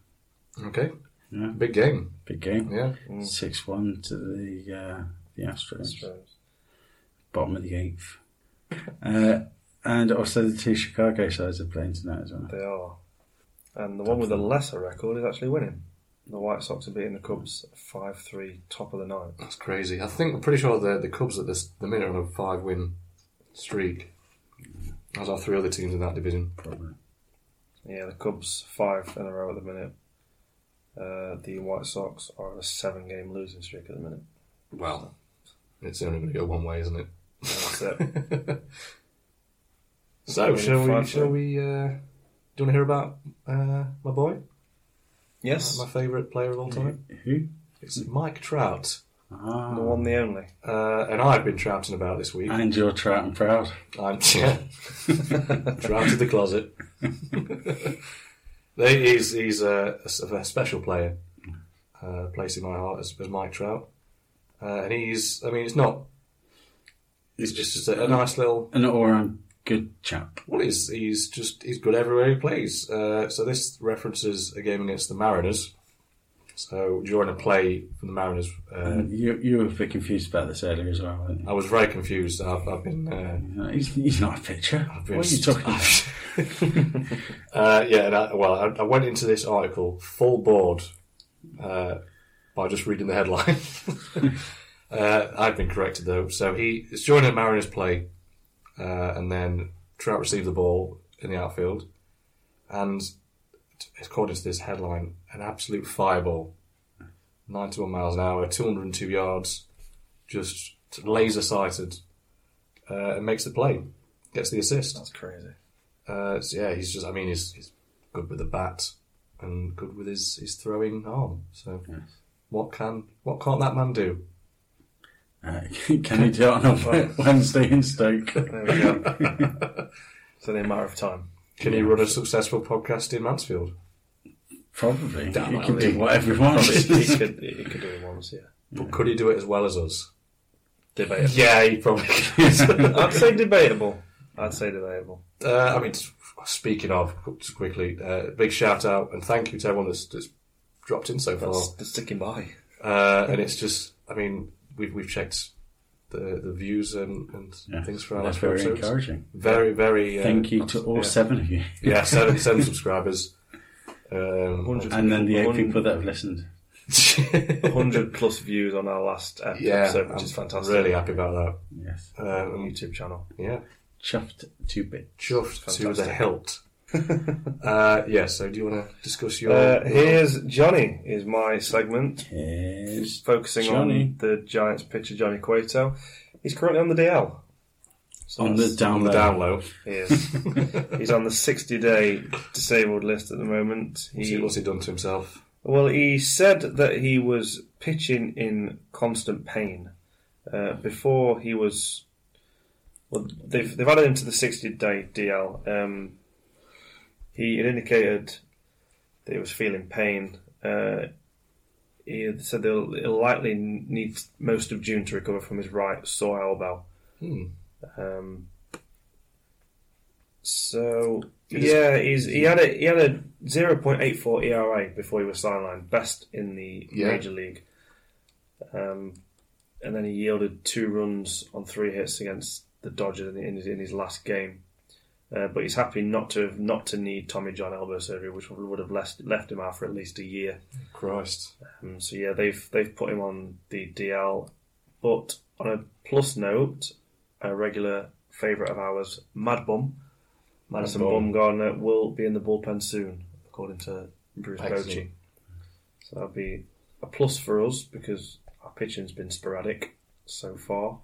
Speaker 4: Okay.
Speaker 2: Yeah.
Speaker 4: Big game.
Speaker 2: Big game,
Speaker 4: Yeah.
Speaker 2: six one to the uh, the Astros.
Speaker 3: Astros.
Speaker 2: Bottom of the eighth, uh, and also the two Chicago sides are playing tonight as well.
Speaker 3: They are. And the one with the lesser record is actually winning. The White Sox are beating the Cubs 5 3, top of the ninth.
Speaker 4: That's crazy. I think I'm pretty sure the the Cubs at this the minute are on a five win streak. As are three other teams in that division.
Speaker 2: Probably.
Speaker 3: Yeah, the Cubs 5 in a row at the minute. Uh, the White Sox are on a seven game losing streak at the minute.
Speaker 4: Well, it's only going to go one way, isn't it?
Speaker 3: And that's it.
Speaker 4: So
Speaker 3: Five
Speaker 4: shall we?
Speaker 3: wins.
Speaker 4: Shall we? Uh, do you want to hear about uh, my boy,
Speaker 3: yes,
Speaker 4: my favourite player of all time?
Speaker 2: Who?
Speaker 4: It's Mike Trout,
Speaker 3: the
Speaker 2: Ah,
Speaker 3: one, the only.
Speaker 4: uh, and I've been trouting about this week.
Speaker 2: and you're Trout and Proud.
Speaker 4: I'm Uh, yeah. Drowned in the closet. They- he's he's a, a s- a special player, uh, placed in my heart as, as Mike Trout, uh, and he's I mean it's not it's just, a, a nice little
Speaker 2: an all-round good chap.
Speaker 4: well he's he's just he's good everywhere he plays. Uh, so this references a game against the Mariners. So during a play from the Mariners, uh,
Speaker 2: And you you were a bit confused about this earlier as well. Weren't
Speaker 4: I was very confused. I've, I've been. Uh,
Speaker 2: you? He's, he's not a pitcher. What
Speaker 4: I've been
Speaker 2: are you talking about?
Speaker 4: Uh, yeah, and I, well, I, I went into this article full board uh, by just reading the headline. uh, I've been corrected though. So he it's during a Mariners play, uh, and then Trout received the ball in the outfield, and t- according to this headline, an absolute fireball, ninety-one miles an hour, two hundred and two yards, just laser sighted, uh, and makes the play, gets the assist.
Speaker 3: That's crazy.
Speaker 4: Uh, so yeah, he's just. I mean, he's, he's good with the bat and good with his, his throwing arm. So what can what can't that man do?
Speaker 2: Uh, can he do it on a Wednesday in Stoke?
Speaker 3: There we go. so the matter of time.
Speaker 4: Can he run a successful podcast in Mansfield?
Speaker 2: Probably.
Speaker 4: Damn,
Speaker 2: he
Speaker 4: I
Speaker 2: can
Speaker 4: really-
Speaker 2: do whatever he wants.
Speaker 3: He could, he could do it once, yeah.
Speaker 4: But could he do it as well as us?
Speaker 3: Debatable.
Speaker 4: Yeah, he probably. Could.
Speaker 3: I'd say debatable. I'd say debatable.
Speaker 4: uh, I mean, s- speaking of, just quickly, uh, big shout out and thank you to everyone that's, that's dropped in so far.
Speaker 3: That's, that's sticking by.
Speaker 4: Uh, and it's just, I mean, we've we've checked the the views and, and
Speaker 2: Yeah,
Speaker 4: things for our
Speaker 2: That's
Speaker 4: last
Speaker 2: very
Speaker 4: episodes.
Speaker 2: encouraging.
Speaker 4: Very, very. Uh,
Speaker 2: Thank you to all
Speaker 4: yeah.
Speaker 2: seven of you.
Speaker 4: Yeah, seven, seven subscribers. Um,
Speaker 2: And then the eight
Speaker 3: One-
Speaker 2: people that have listened.
Speaker 3: 100 plus views on our last ep-
Speaker 4: yeah,
Speaker 3: episode, which
Speaker 4: I'm
Speaker 3: is fantastic. Uh,
Speaker 4: Really happy about
Speaker 2: Yes.
Speaker 4: that. Um,
Speaker 3: YouTube channel.
Speaker 4: yeah,
Speaker 2: Chuffed to bits.
Speaker 4: chuffed to the
Speaker 3: Fantastic.
Speaker 4: hilt. uh, yeah, so do you want to discuss your?
Speaker 3: Uh, here's Johnny, is my segment,
Speaker 2: Yes.
Speaker 3: focusing
Speaker 2: Johnny.
Speaker 3: on the Giants pitcher Johnny Cueto. He's currently on the DL. So
Speaker 2: On the
Speaker 3: that's-
Speaker 2: down
Speaker 4: on the
Speaker 2: low.
Speaker 4: down low.
Speaker 3: He is. He's on the 60 day disabled list at the moment.
Speaker 4: What's he, what's he done to himself?
Speaker 3: Well, he said that he was pitching in constant pain uh, before he was. Well, they've they've added him to the sixty day DL. Um, he had indicated that he was feeling pain. Uh, he had said they'll, he'll likely need most of June to recover from his right sore elbow.
Speaker 4: Hmm.
Speaker 3: Um, so
Speaker 4: It is-
Speaker 3: yeah, he's he had a he had a zero point eight four ERA before he was sidelined, best in the
Speaker 4: Yeah.
Speaker 3: major league. Um, and then he yielded two runs on three hits against the Dodgers in, in, his, in his last game. Uh, but he's happy not to have, not to need Tommy John elbow surgery, which would would have left left him out for at least a year.
Speaker 4: Christ.
Speaker 3: Um, so yeah, they've they've put him on the DL. But on a plus note, a regular favourite of ours, Mad Bum, Madison
Speaker 4: Bum.
Speaker 3: Bumgarner, will be in the bullpen soon, according to Bruce
Speaker 4: Excellent.
Speaker 3: Bochy. So that'll be a plus for us because our pitching's been sporadic so far.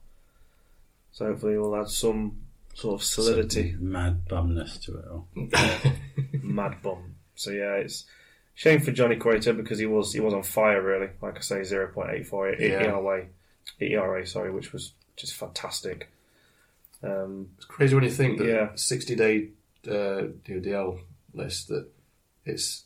Speaker 3: So hopefully we'll add some sort of solidity
Speaker 2: Mad bumness to it all.
Speaker 3: mad bum. So yeah, it's shame for Johnny Cueto because he was he was on fire really. Like I say, zero point eight four
Speaker 4: Yeah.
Speaker 3: ERA, ERA sorry, which was just fantastic. Um,
Speaker 4: It's crazy when you think that
Speaker 3: Yeah.
Speaker 4: 60 day uh, DL list that it's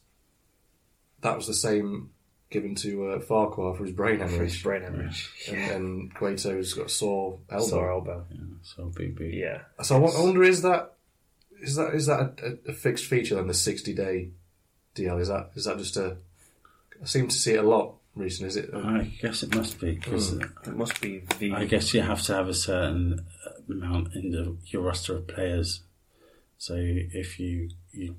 Speaker 4: that was the same given to uh, Farquhar for his brain
Speaker 3: for his
Speaker 4: hemorrhage.
Speaker 3: brain hemorrhage,
Speaker 4: And, and Guaito's got a sore elbow.
Speaker 3: sore elbow.
Speaker 2: Yeah, so BB.
Speaker 3: Yeah,
Speaker 4: So I wo- I wonder is that is that is that a, a fixed feature then the 60 day DL? Is that is that just a? I seem to see it a lot recently. Is it?
Speaker 2: I guess it must be because
Speaker 3: it must be the
Speaker 2: I guess you have to have a certain amount in the, your roster of players. So if you, you,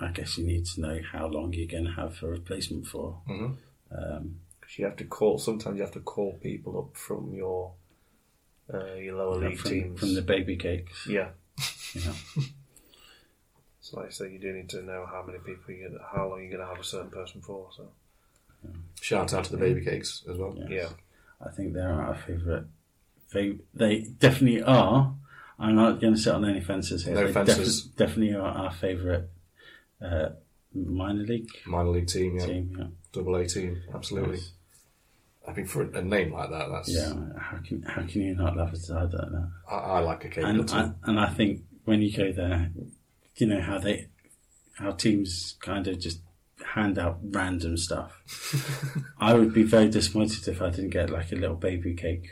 Speaker 2: I guess you need to know how long you're going to have a replacement for.
Speaker 4: Mhm.
Speaker 2: Um,
Speaker 3: you have to call. Sometimes you have to call people up from your uh, your lower league
Speaker 2: from,
Speaker 3: teams
Speaker 2: from the baby cakes.
Speaker 3: Yeah.
Speaker 2: Yeah.
Speaker 3: So like I say, you do need to know how many people you how long you're going to have a certain person for. So
Speaker 4: Shout out to the baby cakes as well.
Speaker 2: Yes.
Speaker 3: yeah,
Speaker 2: I think they're our favourite. They they definitely are. I'm not going to sit on any fences here.
Speaker 4: No
Speaker 2: they def-
Speaker 4: fences.
Speaker 2: definitely are our favourite uh, minor league
Speaker 4: Minor league team, yeah,
Speaker 2: team. Yeah.
Speaker 4: double A team, absolutely. I mean, for a name like that, that's
Speaker 2: Yeah, how can how can you not love us? I don't know.
Speaker 4: I, I like a cake.
Speaker 2: And
Speaker 4: too.
Speaker 2: I, and I think when you go there, you know how they how teams kind of just hand out random stuff. I would be very disappointed if I didn't get like a little baby cake,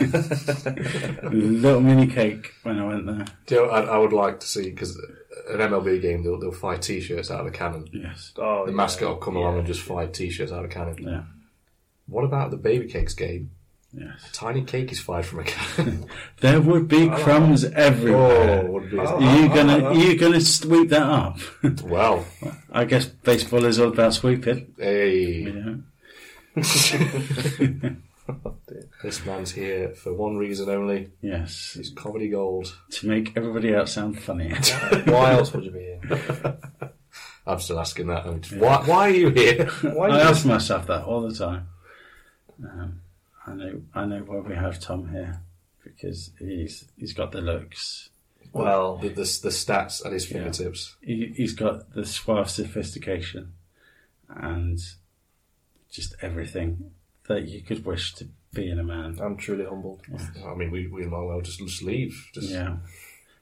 Speaker 2: little mini cake when I went there.
Speaker 4: Do you know, I, I would like to see because an MLB game they'll, they'll fire T-shirts out of a cannon.
Speaker 2: Yes.
Speaker 3: oh,
Speaker 4: The
Speaker 3: yeah.
Speaker 4: mascot will come along and just fire T-shirts out of a cannon.
Speaker 2: Yeah.
Speaker 4: What about the baby cakes game?
Speaker 2: Yes.
Speaker 4: Tiny cake is fired from a can.
Speaker 2: There would be crumbs everywhere.
Speaker 4: oh, would be.
Speaker 2: Are you gonna are you gonna sweep that up?
Speaker 4: Well,
Speaker 2: I guess baseball is all about sweeping. You
Speaker 4: hey,
Speaker 2: know?
Speaker 4: this man's here for one reason only:
Speaker 2: Yes,
Speaker 4: it's comedy gold.
Speaker 2: to make everybody else sound funny.
Speaker 3: Why else would you be here?
Speaker 4: I'm still asking that. I'm just- Why? Why are you here?
Speaker 3: Why
Speaker 2: I
Speaker 3: do you
Speaker 2: ask myself that all the time. Um, I know, I know why we have Tom here because he's he's got the looks.
Speaker 3: Well,
Speaker 4: the, the, the stats at his fingertips.
Speaker 2: He, he's got the suave sophistication and just everything that you could wish to be in a man.
Speaker 3: I'm truly humbled.
Speaker 4: I mean, we we might well just, just leave. Just,
Speaker 2: Yeah,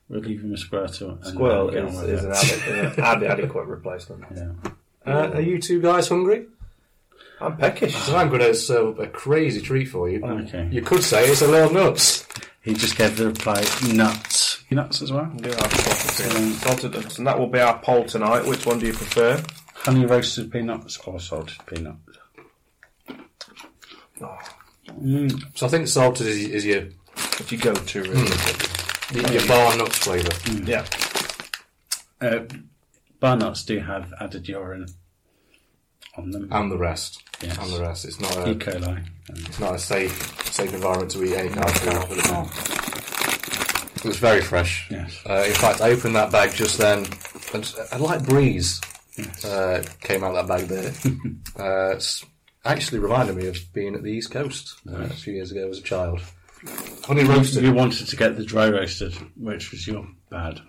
Speaker 2: we'll leave him a squirtle. and
Speaker 3: Squirrel
Speaker 2: get on
Speaker 3: is,
Speaker 2: with
Speaker 3: is an,
Speaker 2: it.
Speaker 3: adequate, an ad- adequate replacement.
Speaker 2: Yeah.
Speaker 4: Uh, are you two guys hungry?
Speaker 3: I'm peckish.
Speaker 4: Because I'm going to serve up a crazy treat for you.
Speaker 2: Okay.
Speaker 4: You could say it's a little nuts.
Speaker 2: He just gave the reply nuts. Nuts as well.
Speaker 3: Do our salted, salted nuts, and that will be our poll tonight. Which one do you prefer?
Speaker 2: Honey roasted peanuts or salted peanuts.
Speaker 4: So I think salted is, is your
Speaker 3: If you go to really?
Speaker 4: your bar nuts flavour.
Speaker 3: Yeah.
Speaker 2: Uh, bar nuts do have added urine on them.
Speaker 4: and the rest.
Speaker 2: Yes.
Speaker 4: And Ah, the rest. It's not a
Speaker 2: E. coli. And
Speaker 4: it's not a safe safe environment to eat any kind of food. It was very fresh.
Speaker 2: Yes.
Speaker 4: Uh, in fact, I opened that bag just then, and a light breeze uh, came out of that bag there. uh, it's actually reminded me of being at the East Coast uh, a few years ago as a child. Honey roasted.
Speaker 2: you wanted to get the dry roasted, which was your bad.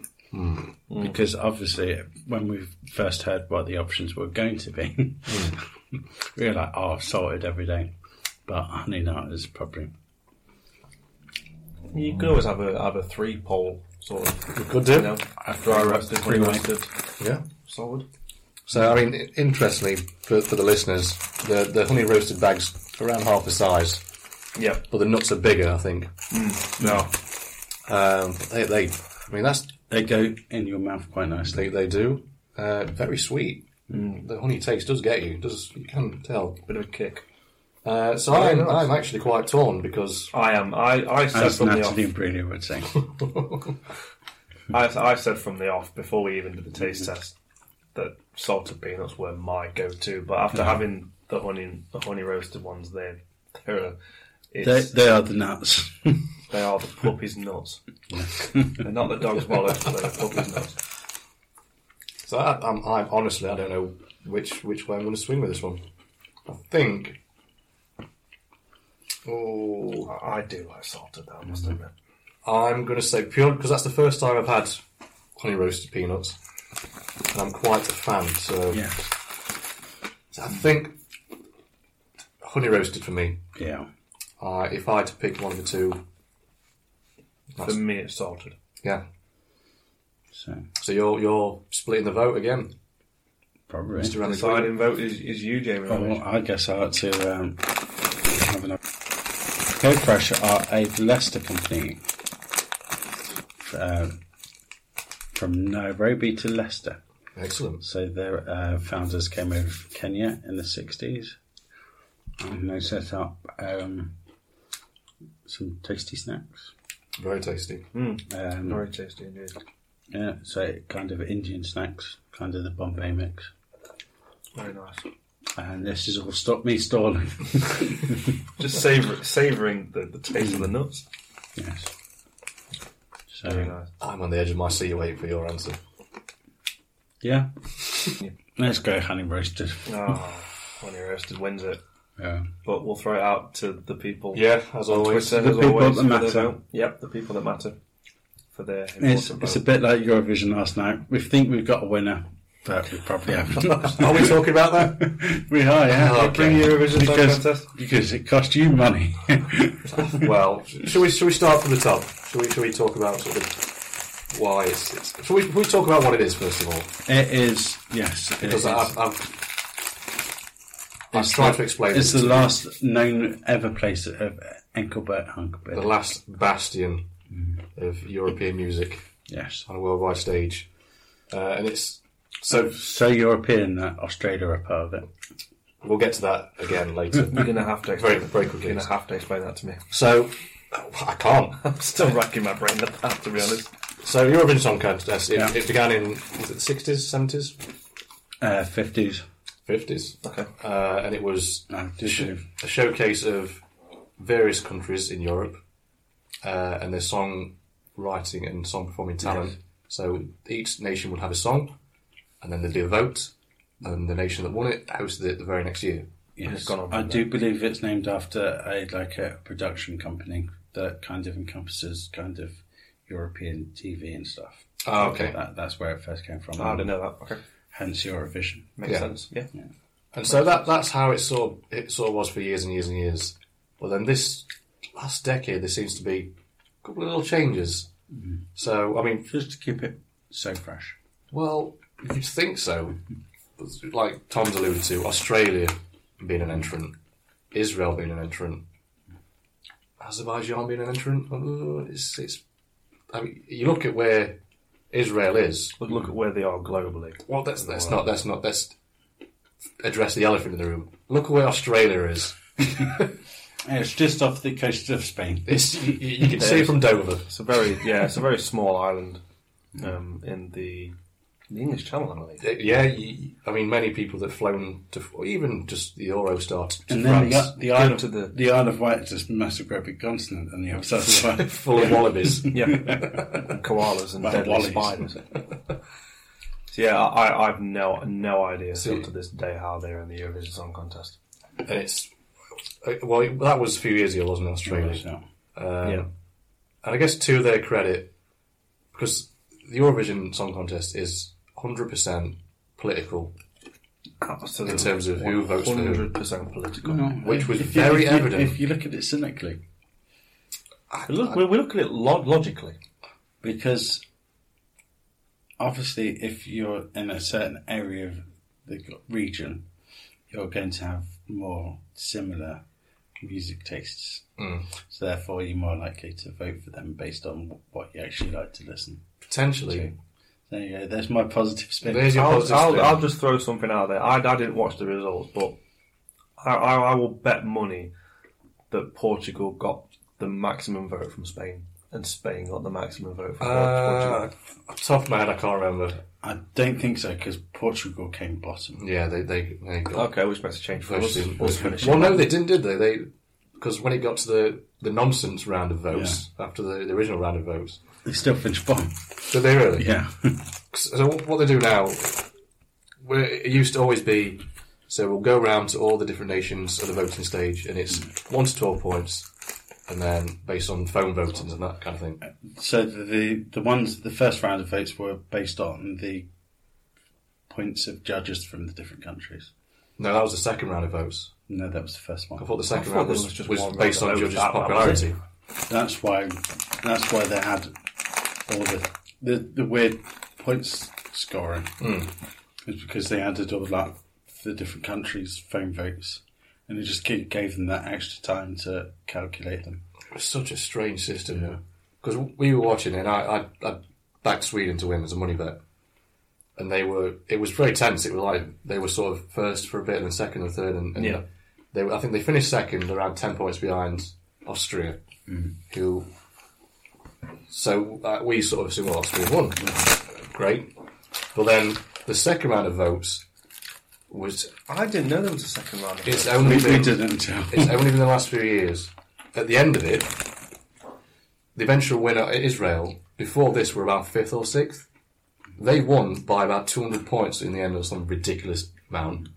Speaker 2: Because obviously, when we first heard what the options were going to be, we were like, oh, salted every day. But honey nut is probably.
Speaker 3: You could always have a have a three poll sort of.
Speaker 4: Good dip.
Speaker 3: You know, dry roasted, honey roasted,
Speaker 4: Yeah.
Speaker 3: solid.
Speaker 4: So, I mean, i- interestingly for, for the listeners, the, the honey roasted bag's around half the size,
Speaker 3: Yeah.
Speaker 4: but the nuts are bigger, I think. No. Um, but they, they, I mean, that's
Speaker 2: They go in your mouth quite nicely.
Speaker 4: they, they do. Uh, very sweet. The honey taste does get you. Does you can tell.
Speaker 3: Bit of a kick.
Speaker 4: Uh, so I'm, I'm actually quite torn because
Speaker 3: I am. I, I said
Speaker 2: As
Speaker 3: from the off.
Speaker 2: Natalie Breeder would say.
Speaker 3: I, I said from the off before we even did the taste test that salted peanuts were my go-to. But after having the honey the honey roasted ones, they they're a-
Speaker 2: They,
Speaker 3: it's,
Speaker 2: they are the nuts.
Speaker 3: they are the puppy's nuts. they're not the dog's bollocks, but they're the puppy's nuts.
Speaker 4: so I, I'm, I'm honestly I don't know which which way I'm going to swing with this one. I think. Oh,
Speaker 3: I I do like salted though, I must admit.
Speaker 4: I'm going to say pure because that's the first time I've had honey roasted peanuts, and I'm quite a fan. So
Speaker 2: yeah.
Speaker 4: I think honey roasted for me.
Speaker 2: Yeah.
Speaker 4: Uh, if I had to pick one of the two,
Speaker 3: For me, it's salted.
Speaker 4: yeah.
Speaker 2: So,
Speaker 4: So you're you're splitting the vote again,
Speaker 2: probably.
Speaker 4: Mr. Randy.
Speaker 3: Deciding vote is, is you, Jamie.
Speaker 2: Well, I guess I ought to um, have another. Code Fresh are a Leicester company um, from Nairobi to Leicester.
Speaker 4: Excellent.
Speaker 2: So their uh, founders came over from Kenya in the 60s and they set up um, some tasty snacks.
Speaker 4: Very tasty.
Speaker 2: Um,
Speaker 3: Very tasty indeed.
Speaker 2: Yeah, so kind of Indian snacks, kind of the Bombay mix.
Speaker 3: Very nice.
Speaker 2: And this is all stop me stalling.
Speaker 3: Just savour, savouring the, the taste of the nuts.
Speaker 2: yes. So
Speaker 3: Very nice.
Speaker 4: I'm on the edge of my seat waiting for your answer.
Speaker 2: Yeah. Let's go honey roasted.
Speaker 3: Oh, when you're roasted wins it.
Speaker 2: Yeah.
Speaker 3: But we'll throw it out to the people.
Speaker 4: Yeah, as always.
Speaker 3: Twitter,
Speaker 2: The
Speaker 3: as
Speaker 2: people
Speaker 3: always,
Speaker 2: that
Speaker 3: for their
Speaker 2: matter.
Speaker 3: vote. Yep, the people that matter for their important
Speaker 2: It's,
Speaker 3: vote.
Speaker 2: it's a bit like Eurovision last night. We think we've got a winner, but we probably haven't.
Speaker 4: Are we talking about that?
Speaker 2: we are, yeah.
Speaker 4: Okay.
Speaker 3: Bring Eurovision Song
Speaker 2: Because,
Speaker 3: Contest.
Speaker 2: because it cost you money.
Speaker 4: well, shall we shall we start from the top? Shall we shall we talk about sort of why it's, it's shall we shall we talk about what it is first of all?
Speaker 2: it is, yes. it
Speaker 4: Because
Speaker 2: is.
Speaker 4: I've, I've, I've
Speaker 2: It's
Speaker 4: tried
Speaker 2: the-
Speaker 4: to explain
Speaker 2: It's
Speaker 4: it.
Speaker 2: the last known ever place of Enkelbert Hunkbert.
Speaker 4: the last bastion of European music
Speaker 2: yes.
Speaker 4: on a worldwide stage, uh, and it's so
Speaker 2: uh, So European that Australia are part of it.
Speaker 4: We'll get to that again later.
Speaker 3: You're gonna have to
Speaker 4: Very-
Speaker 3: explain.
Speaker 4: very quickly.
Speaker 3: You're gonna have to explain that to me.
Speaker 4: so I can't.
Speaker 3: I'm still racking my brain at that, to be honest.
Speaker 4: So Eurovision Song Contest. It,
Speaker 2: Yeah.
Speaker 4: it began in was it the sixties, seventies,
Speaker 2: Uh, 50s.
Speaker 4: fifties,
Speaker 3: Okay.
Speaker 4: uh, and it was
Speaker 2: No, just
Speaker 4: sh- a showcase of various countries in Europe uh, and their song writing and song performing talent. So each nation would have a song, and then they'd do a vote, and the nation that won it hosted it the very next year.
Speaker 2: Yes.
Speaker 3: gone on
Speaker 2: I
Speaker 3: from
Speaker 2: do believe it's named after a like a production company that kind of encompasses kind of European TV and stuff.
Speaker 4: Ah, okay.
Speaker 2: That, that's where it first came from.
Speaker 3: I didn't know that. Okay.
Speaker 2: Hence Eurovision.
Speaker 3: Makes
Speaker 4: Yeah.
Speaker 3: sense. Yeah.
Speaker 4: And so that that's how it sort of, it sort of was for years and years and years. Well, then this last decade there seems to be a couple of little changes. So I mean,
Speaker 2: Just to keep it so fresh.
Speaker 4: Well, you'd think so. Like Tom's alluded to, Australia being an entrant, Israel being an entrant, Azerbaijan being an entrant. uh, It's, it's, I mean, you look at where Israel is.
Speaker 3: But look at where they are globally.
Speaker 4: Well, that's that's not that's not that's address the elephant in the room. Look at where Australia is.
Speaker 2: It's just off the coast of Spain.
Speaker 4: It's you, you you can see it from Dover.
Speaker 3: It's a very yeah, it's a very small island um, in the the English Channel, I believe.
Speaker 4: Yeah, you, I mean, many people that flown to, or even just the Eurostar to
Speaker 2: And then
Speaker 4: France,
Speaker 2: the, the Isle
Speaker 3: to the-
Speaker 2: of the Isle of Wight is this massive, great big continent, and the other side of the island.
Speaker 4: full of wallabies.
Speaker 3: Yeah, And koalas and
Speaker 2: Like
Speaker 3: deadly
Speaker 2: wallies.
Speaker 3: spiders. So yeah, I, I- I've no no idea still
Speaker 4: See-
Speaker 3: to this day how they're in the Eurovision Song Contest.
Speaker 4: and it's uh, well it- that was a few years ago wasn't it australia
Speaker 2: So,
Speaker 4: um,
Speaker 3: Yeah.
Speaker 4: and i guess to their credit because the eurovision song contest is 100% political
Speaker 3: Absolutely.
Speaker 4: in terms of who votes for who
Speaker 3: Mm-hmm. hundred percent political.
Speaker 2: no,
Speaker 4: Which was
Speaker 2: you-
Speaker 4: very
Speaker 2: you-
Speaker 4: evident.
Speaker 2: If you look at it cynically,
Speaker 3: We look, we, we look at it lo- logically.
Speaker 2: because obviously if you're in a certain area of the g- region you're going to have more similar music tastes so therefore you're more likely to vote for them based on wh- what you actually like to listen
Speaker 4: potentially
Speaker 2: there you go there's my positive spin
Speaker 4: there's your
Speaker 3: I'll,
Speaker 4: positive
Speaker 3: I'll,
Speaker 4: spin.
Speaker 3: I'll just throw something out there. I, I didn't watch the results, but I, I, I will bet money that Portugal got the maximum vote from Spain, and Spain got the maximum vote from
Speaker 4: uh,
Speaker 3: Portugal.
Speaker 4: off the top of my head i can't remember
Speaker 2: i don't think so because portugal came bottom
Speaker 4: yeah they they, they got
Speaker 3: Okay, which makes a change for us.
Speaker 4: pushed in.
Speaker 3: us finishing.
Speaker 4: well no they didn't did they they because when it got to the the nonsense round of votes after the, the original round of votes
Speaker 2: they still finished bottom
Speaker 4: did they really
Speaker 2: yeah
Speaker 4: So what they do now, where it used to always be, so we'll go round to all the different nations at the voting stage, and it's one to twelve points, and then based on phone voting and that kind of thing.
Speaker 2: so the- the the ones the first round of votes were based on the points of judges from the different countries
Speaker 4: No, that was the second round of votes.
Speaker 2: No, that was the first one.
Speaker 4: I thought the
Speaker 3: I
Speaker 4: second
Speaker 3: thought
Speaker 4: round
Speaker 3: there
Speaker 4: was,
Speaker 3: was
Speaker 4: was,
Speaker 3: just one
Speaker 4: based
Speaker 3: round
Speaker 4: on
Speaker 3: of
Speaker 4: judges'
Speaker 3: votes. That- that was
Speaker 4: popularity.
Speaker 2: That's why. That's why they had all the the, the weird points scoring. It's because they added all that the different countries' phone votes, and it just gave, gave them that extra time to calculate them.
Speaker 4: It was such a strange system because we were watching it. and I, I, I backed Sweden to win as a money bet, and they were. It was very tense. It was like they were sort of first for a bit, and then second and third, and, and
Speaker 3: Yeah.
Speaker 4: they. were- I think they finished second, around ten points behind Austria,
Speaker 2: Mm-hmm.
Speaker 4: who. So uh, we sort of assumed well, Austria won, great, but then the second round of votes was
Speaker 3: I didn't know there was a second round. Of
Speaker 4: it's
Speaker 3: votes.
Speaker 4: only
Speaker 2: We, we
Speaker 4: been-
Speaker 2: didn't tell.
Speaker 4: it's only been the last few years. At the end of it, the eventual winner, Israel, before this were about fifth or sixth. They won by about 200 points in the end or some ridiculous amount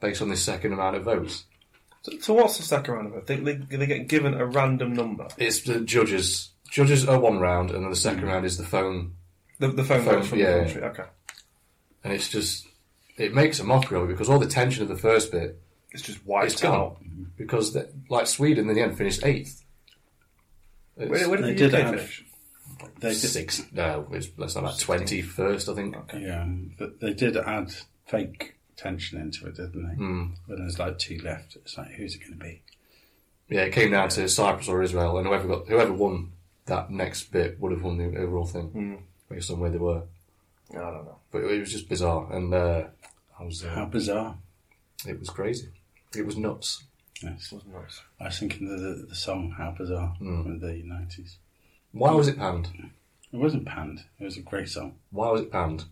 Speaker 4: based on this second amount of votes.
Speaker 3: So, so what's the second round of votes? They, they, they get given a random number.
Speaker 4: It's the judges. Judges are one round, and then the second round is the phone.
Speaker 3: The, the phone
Speaker 4: Phone,
Speaker 3: goes from
Speaker 4: yeah.
Speaker 3: the country. Okay,
Speaker 4: And it's just, it makes a mockery of it because all the tension of the first bit
Speaker 3: it's just wiped
Speaker 4: is
Speaker 3: out.
Speaker 4: gone. Because, the, like, Sweden in the end finished eighth. It's-
Speaker 3: Where, where did
Speaker 2: They
Speaker 3: the
Speaker 2: did
Speaker 3: UK
Speaker 2: have-
Speaker 3: finish?
Speaker 2: They did,
Speaker 4: six. uh, No, it's less than that. Twenty first, I think.
Speaker 2: yeah, but they did add fake tension into it, didn't they? Mm. When there's like two left, it's like who's it going to be?
Speaker 4: Yeah, it came down to Cyprus or Israel, and whoever got whoever won that next bit would have won the overall thing
Speaker 2: Hmm.
Speaker 4: based on where they were.
Speaker 3: I don't know.
Speaker 4: But it was just bizarre, and uh, I was
Speaker 2: How
Speaker 4: uh,
Speaker 2: bizarre!
Speaker 4: It was crazy. It was nuts.
Speaker 2: Yes.
Speaker 3: was nice.
Speaker 2: I was thinking of the, the song How Bizarre
Speaker 3: Hmm.
Speaker 2: from the 90s.
Speaker 4: Why was it panned?
Speaker 2: It wasn't panned, it was a great song.
Speaker 4: Why was it panned?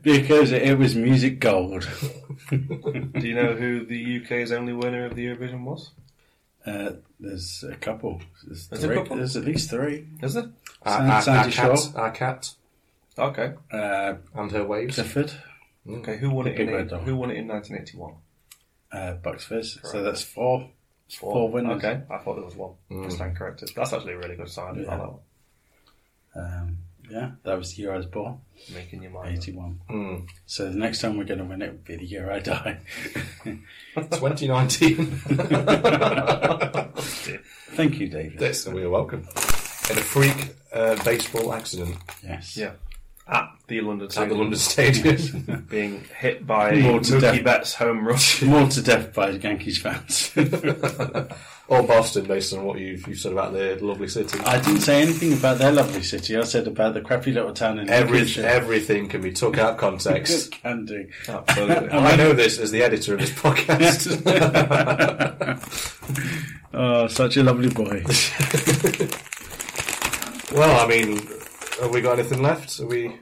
Speaker 2: Because it was music gold.
Speaker 3: Do you know who the UK's only winner of the Eurovision was?
Speaker 2: Uh, there's a couple. There's,
Speaker 3: There's a
Speaker 2: three-
Speaker 3: couple?
Speaker 2: there's at least three.
Speaker 3: Is it?
Speaker 4: Our,
Speaker 2: Sound-
Speaker 4: our-
Speaker 2: Sandy
Speaker 4: our cat,
Speaker 2: Shaw.
Speaker 4: our cat,
Speaker 3: Okay.
Speaker 2: Uh,
Speaker 4: and her waves.
Speaker 2: Clifford,
Speaker 4: Mm.
Speaker 3: Okay. Who won it
Speaker 2: Big
Speaker 3: in
Speaker 2: Red
Speaker 3: eight,
Speaker 2: Dog.
Speaker 3: Who won it in 1981?
Speaker 2: uh, Bucks Fizz. So that's four. Four, winners.
Speaker 3: Okay. I thought there was one.
Speaker 4: Mm.
Speaker 3: I stand corrected. That's actually a really good sign. I like that one.
Speaker 2: Um, yeah, that was the year I was born,
Speaker 3: Making your mind. up.
Speaker 2: 81.
Speaker 3: Hmm.
Speaker 4: Mm.
Speaker 2: So the next time we're going to win it will be the year I die.
Speaker 4: 2019.
Speaker 2: Thank you, David.
Speaker 4: That's we are welcome. In a freak uh, baseball accident
Speaker 2: yes.
Speaker 3: Yeah. At the London
Speaker 4: at
Speaker 3: Stadium,
Speaker 4: the London Stadium.
Speaker 3: being hit by
Speaker 2: More to
Speaker 3: Mookie
Speaker 2: death.
Speaker 3: Betts' home rush.
Speaker 2: More to death by Yankees fans.
Speaker 4: or Boston, based on what you've, you've said about their lovely city.
Speaker 2: I didn't say anything about their lovely city. I said about the crappy little town in
Speaker 4: Every,
Speaker 2: Lincolnshire.
Speaker 4: everything can be took out of context.
Speaker 2: Can do.
Speaker 3: Absolutely.
Speaker 4: and I know this as the editor of this podcast.
Speaker 2: Oh, such a lovely boy.
Speaker 4: well, I mean, have we got anything left? Are we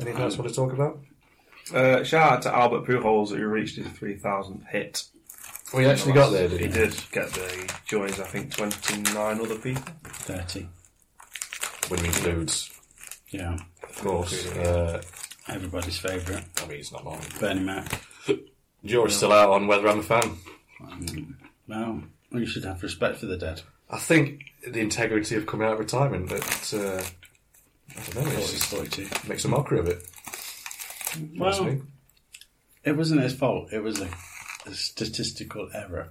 Speaker 4: anything else want to talk about?
Speaker 3: Uh, shout out to Albert Pujols who reached his 3,000th hit.
Speaker 4: We actually got there,
Speaker 3: He
Speaker 4: didn't we?
Speaker 3: did get there. He joins, I think, 29 other people.
Speaker 2: 30.
Speaker 4: When he includes,
Speaker 2: Yeah.
Speaker 4: of course. Uh,
Speaker 2: Everybody's favourite.
Speaker 4: I mean, it's not mine.
Speaker 2: Bernie Mac.
Speaker 4: You're still out on whether I'm a fan.
Speaker 2: Well, we should have respect for the dead.
Speaker 4: I think the integrity of coming out of retirement, but uh, I don't know, it
Speaker 2: He's 42.
Speaker 4: makes a mockery of it. Oh.
Speaker 2: Well, it wasn't his fault. It was a, a statistical error.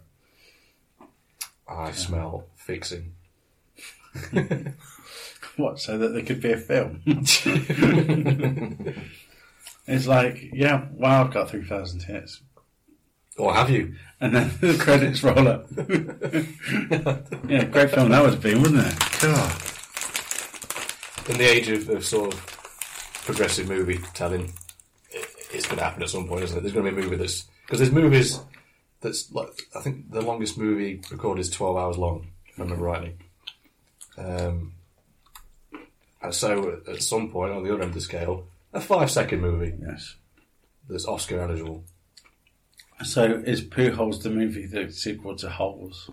Speaker 4: I smell fixing.
Speaker 2: What, so that there could be a film? it's like, yeah, wow, I've got 3,000 hits.
Speaker 4: Or have you?
Speaker 2: And then the credits roll up. yeah, great film that would have been, wouldn't it? God.
Speaker 4: In the age of, of sort of progressive movie telling, it, it's going to happen at some point, isn't it? There's going to be a movie that's because there's movies that's like I think the longest movie recorded is 12 hours long, if I remember rightly. Um, and so at some point on the other end of the scale, a five second movie
Speaker 2: Yes.
Speaker 4: that's Oscar eligible.
Speaker 2: So is Pooh Holes the movie the sequel to Holes?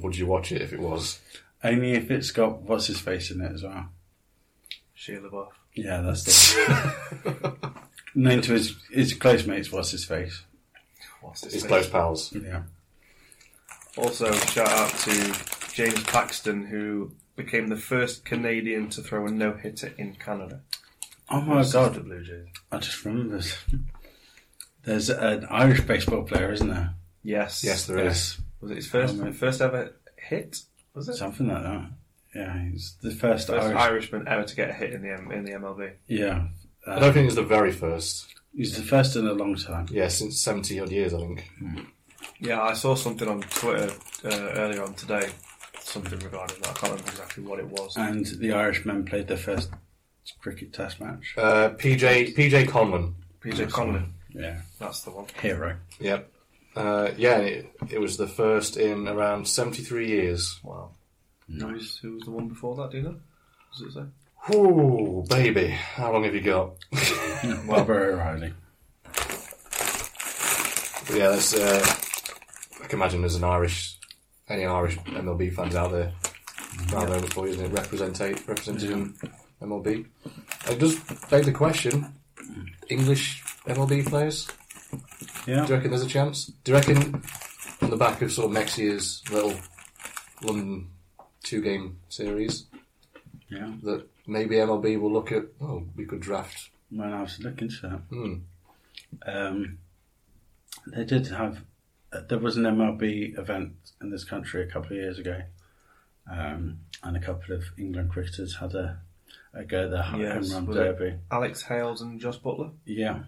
Speaker 4: Would you watch it if it was?
Speaker 2: Only if it's got what's his face in it as well.
Speaker 3: Sheila Buff.
Speaker 2: Yeah, that's the known to his his close mates. What's his face?
Speaker 3: What's
Speaker 4: It's
Speaker 3: his name?
Speaker 4: close pals.
Speaker 2: Yeah,
Speaker 3: Also, shout out to James Paxton, who became the first Canadian to throw a no hitter in Canada.
Speaker 2: Oh my god,
Speaker 3: The Blue Jays.
Speaker 2: I just remembered. There's an Irish baseball player, isn't there?
Speaker 3: Yes.
Speaker 4: Yes, there is.
Speaker 3: Was it his first
Speaker 2: Um,
Speaker 3: first ever hit? Was it?
Speaker 2: Something like that. Yeah, he's the first,
Speaker 3: First
Speaker 2: Irish.
Speaker 3: Irishman ever to get a hit in the M- in the MLB.
Speaker 2: Yeah, Uh,
Speaker 4: I don't think it's the very first.
Speaker 2: he's the first in a long time.
Speaker 4: Yeah, since 70 odd years, I think.
Speaker 3: Yeah, I saw something on Twitter uh, earlier on today, something regarding that. I can't remember exactly what it was.
Speaker 2: And the Irishmen played their first cricket test match.
Speaker 4: Uh, PJ PJ Conlon.
Speaker 3: PJ Conlon.
Speaker 2: Yeah,
Speaker 3: That's the one.
Speaker 2: hero.
Speaker 4: Yep. Uh, yeah, it, it was the first in around 73 years.
Speaker 3: Wow. Who was, who was the one before that, do you know? Does it say?
Speaker 4: Ooh, baby, how long have you got?
Speaker 2: Well, very O'Reilly.
Speaker 4: But yeah, that's, uh, I can imagine there's an Irish, any Irish MLB fans out there. Round over for you, isn't it? Representate, representing MLB. It Uh, does beg the question English MLB players?
Speaker 2: Yeah.
Speaker 4: Do you reckon there's a chance? Do you reckon on the back of sort of next year's little London two game series
Speaker 2: Yeah.
Speaker 4: that maybe MLB will look at? Oh, we could draft.
Speaker 2: when I was looking to that.
Speaker 4: Hmm.
Speaker 2: Um, they did have. uh, There was an MLB event in this country a couple of years ago, um, and a couple of England cricketers had a, a go at their home
Speaker 3: Yes,
Speaker 2: run
Speaker 3: was it-
Speaker 2: derby.
Speaker 3: Alex Hales and Josh Butler.
Speaker 2: Yeah.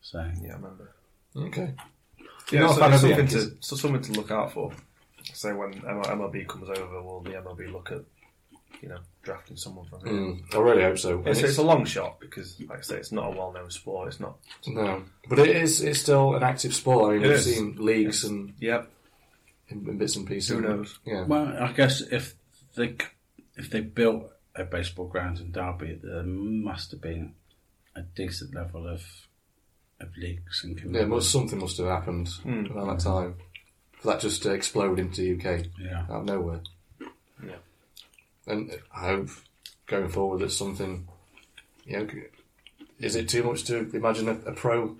Speaker 2: So
Speaker 3: Yeah, I remember.
Speaker 4: Okay.
Speaker 3: Yeah,
Speaker 4: You're not a
Speaker 3: so,
Speaker 4: fan of
Speaker 3: it's
Speaker 4: the
Speaker 3: something to
Speaker 4: Yankees?
Speaker 3: so something to look out for. So when MLB comes over, will the MLB look at you know, drafting someone from it.
Speaker 4: Mm, I really hope so. And
Speaker 3: It's,
Speaker 4: it's-
Speaker 3: it's a long shot because, like I say, it's not a well-known sport. It's not.
Speaker 4: no, but it is. It's still an active sport. I mean,
Speaker 3: It
Speaker 4: we've
Speaker 3: is.
Speaker 4: seen leagues and,
Speaker 3: Yep.
Speaker 4: and bits and pieces.
Speaker 3: Who knows?
Speaker 4: Yeah.
Speaker 2: Well, I guess if they c- if they built a baseball ground in Derby, there must have been a decent level of of leagues and
Speaker 4: Yeah,
Speaker 2: commitment.
Speaker 4: must, something must have happened
Speaker 3: Hmm.
Speaker 4: around that time for that just to explode into UK
Speaker 2: Yeah.
Speaker 4: out of nowhere.
Speaker 3: Yeah.
Speaker 4: and I hope going forward that something, you know, c- is it too much to imagine a, a pro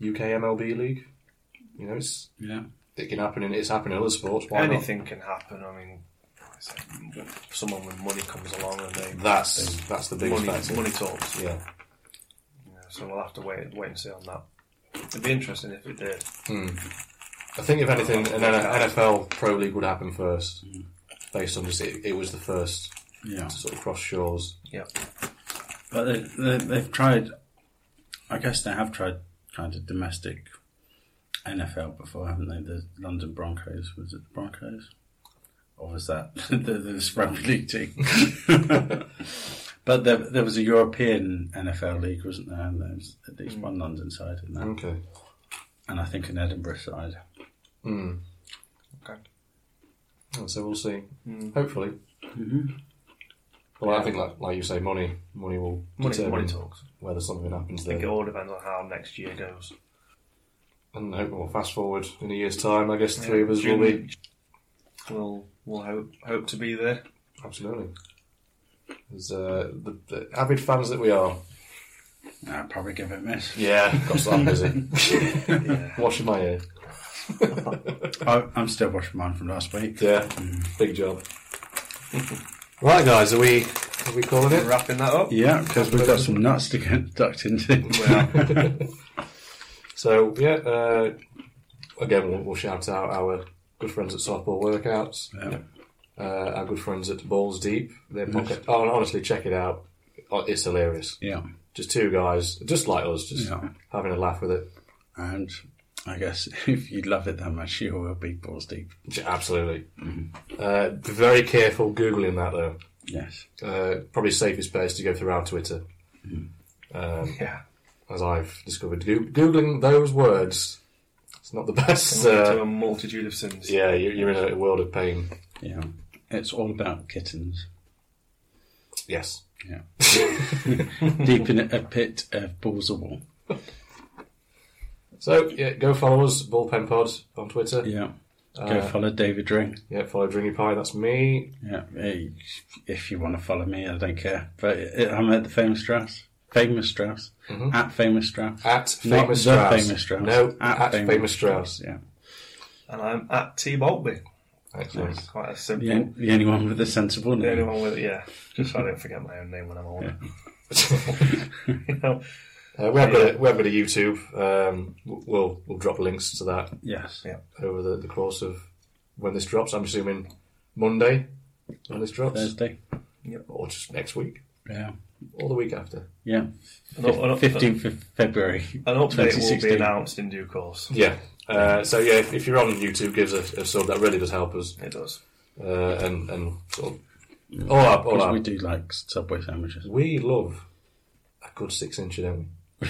Speaker 4: UK MLB league? You know, it's
Speaker 2: yeah.
Speaker 4: it can happen and it's happening in other sports. Why
Speaker 3: Anything can happen. I mean, like I say, m- someone with money comes along and they
Speaker 4: not? That's that's the
Speaker 3: they-
Speaker 4: biggest
Speaker 3: money,
Speaker 4: factor.
Speaker 3: money talks.
Speaker 4: Yeah,
Speaker 3: You know, so we'll have to wait wait and see on that. It'd be interesting if it did.
Speaker 4: I think if anything, an N- NFL pro league would happen first,
Speaker 3: Mm.
Speaker 4: based on just it, it was the first
Speaker 2: Yeah.
Speaker 4: to sort of cross shores.
Speaker 3: Yep.
Speaker 2: But they, they, they've tried. I guess they have tried kind of domestic NFL before, haven't they? The London Broncos was it the Broncos, or was that the, the rugby league team? but there, there was a European NFL league, wasn't there? And there was at least one London side in that,
Speaker 4: Okay.
Speaker 2: and I think an Edinburgh side.
Speaker 4: Mm.
Speaker 3: Okay.
Speaker 4: And So we'll see.
Speaker 3: Mm.
Speaker 4: Mm-hmm. Hopefully. Well, I think, like, like you say, money money will
Speaker 3: Money,
Speaker 4: determine
Speaker 3: money talks.
Speaker 4: whether something happens
Speaker 3: I think it
Speaker 4: there.
Speaker 3: all depends on how next year goes.
Speaker 4: And hopefully, we'll fast forward in a year's time. I guess the three of us will be
Speaker 3: We'll we'll hope hope to be there.
Speaker 4: absolutely. As uh, the, the avid fans that we are,
Speaker 2: I'd probably give it a miss.
Speaker 4: yeah, got so I'm busy
Speaker 3: Yeah.
Speaker 4: washing my ear.
Speaker 2: I, Oh, I'm still washing mine from last week.
Speaker 4: Yeah, big job. Mm. right, guys, are we are we calling it?
Speaker 3: Wrapping that up.
Speaker 2: Yeah, because we've got some nuts to get ducked into.
Speaker 4: So yeah, uh, again we'll, we'll shout out our good friends at Softball Workouts,
Speaker 2: Yeah.
Speaker 4: uh, our good friends at Balls Deep. Their podcast. Oh, and honestly, check it out. Oh, It's hilarious.
Speaker 2: yeah.
Speaker 4: Just two guys, just like us, just
Speaker 2: Yeah.
Speaker 4: having a laugh with it.
Speaker 2: And I guess if you love it that much, you will be balls deep.
Speaker 4: J- Absolutely. Uh, be very careful googling that though.
Speaker 2: Yes.
Speaker 4: Uh, probably safest place to go through our Twitter,
Speaker 3: Yeah.
Speaker 4: as I've discovered. Goo- Googling those words, it's not the best.
Speaker 3: to
Speaker 4: Uh,
Speaker 3: a multitude of sins.
Speaker 4: yeah, you- you're in a world of pain.
Speaker 2: Yeah. It's all about kittens.
Speaker 4: Yes.
Speaker 2: Yeah. deep in a pit of balls of wool.
Speaker 4: So yeah, go follow us, Bullpen Pod on Twitter.
Speaker 2: Yeah. Go
Speaker 4: Uh.
Speaker 2: follow David Ring.
Speaker 4: Yeah, follow Dringy Pie. That's me.
Speaker 2: Yeah. Hey, If you want to follow me, I don't care. But it, I'm at the famous Strauss. Famous Strauss. At famous Strauss.
Speaker 4: Mm-hmm. At
Speaker 2: Not
Speaker 4: famous
Speaker 2: the
Speaker 4: Strauss.
Speaker 2: famous Strauss.
Speaker 4: No, at, famous, Strauss.
Speaker 2: Yeah.
Speaker 3: And I'm at T Boltby.
Speaker 4: Excellent.
Speaker 3: It's quite a simple.
Speaker 2: The, on- the only one with a sensible
Speaker 3: The only
Speaker 2: name.
Speaker 3: one with yeah. Just so I don't forget my own name when I'm older. you know,
Speaker 4: Uh, we have got a, we have got a YouTube. Um, w- we'll we'll drop links to that
Speaker 2: Yes.
Speaker 3: Yeah.
Speaker 4: over the, the course of when this drops. I'm assuming Monday when this drops,
Speaker 2: Thursday.
Speaker 4: or just next week,
Speaker 2: Yeah.
Speaker 4: or the week after.
Speaker 2: Yeah.
Speaker 3: an, up- an up-
Speaker 2: 15th of February.
Speaker 3: an update will
Speaker 2: 2016.
Speaker 3: be announced in due course.
Speaker 4: Yeah. Uh, so yeah, if, if you're on YouTube, give us a, a sub. That really does help us.
Speaker 3: It does.
Speaker 4: Uh, and and sort of all our, all
Speaker 2: Because
Speaker 4: our
Speaker 3: uh,
Speaker 2: we do like Subway sandwiches.
Speaker 4: We love a good six incher, don't we?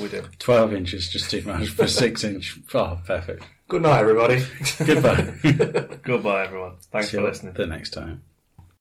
Speaker 3: We do.
Speaker 2: 12 inches, just too much for 6 inch. Oh, perfect.
Speaker 4: Good night, everybody.
Speaker 2: Goodbye.
Speaker 3: Goodbye, everyone. Thanks
Speaker 2: See
Speaker 3: for
Speaker 2: you
Speaker 3: listening.
Speaker 2: the next time.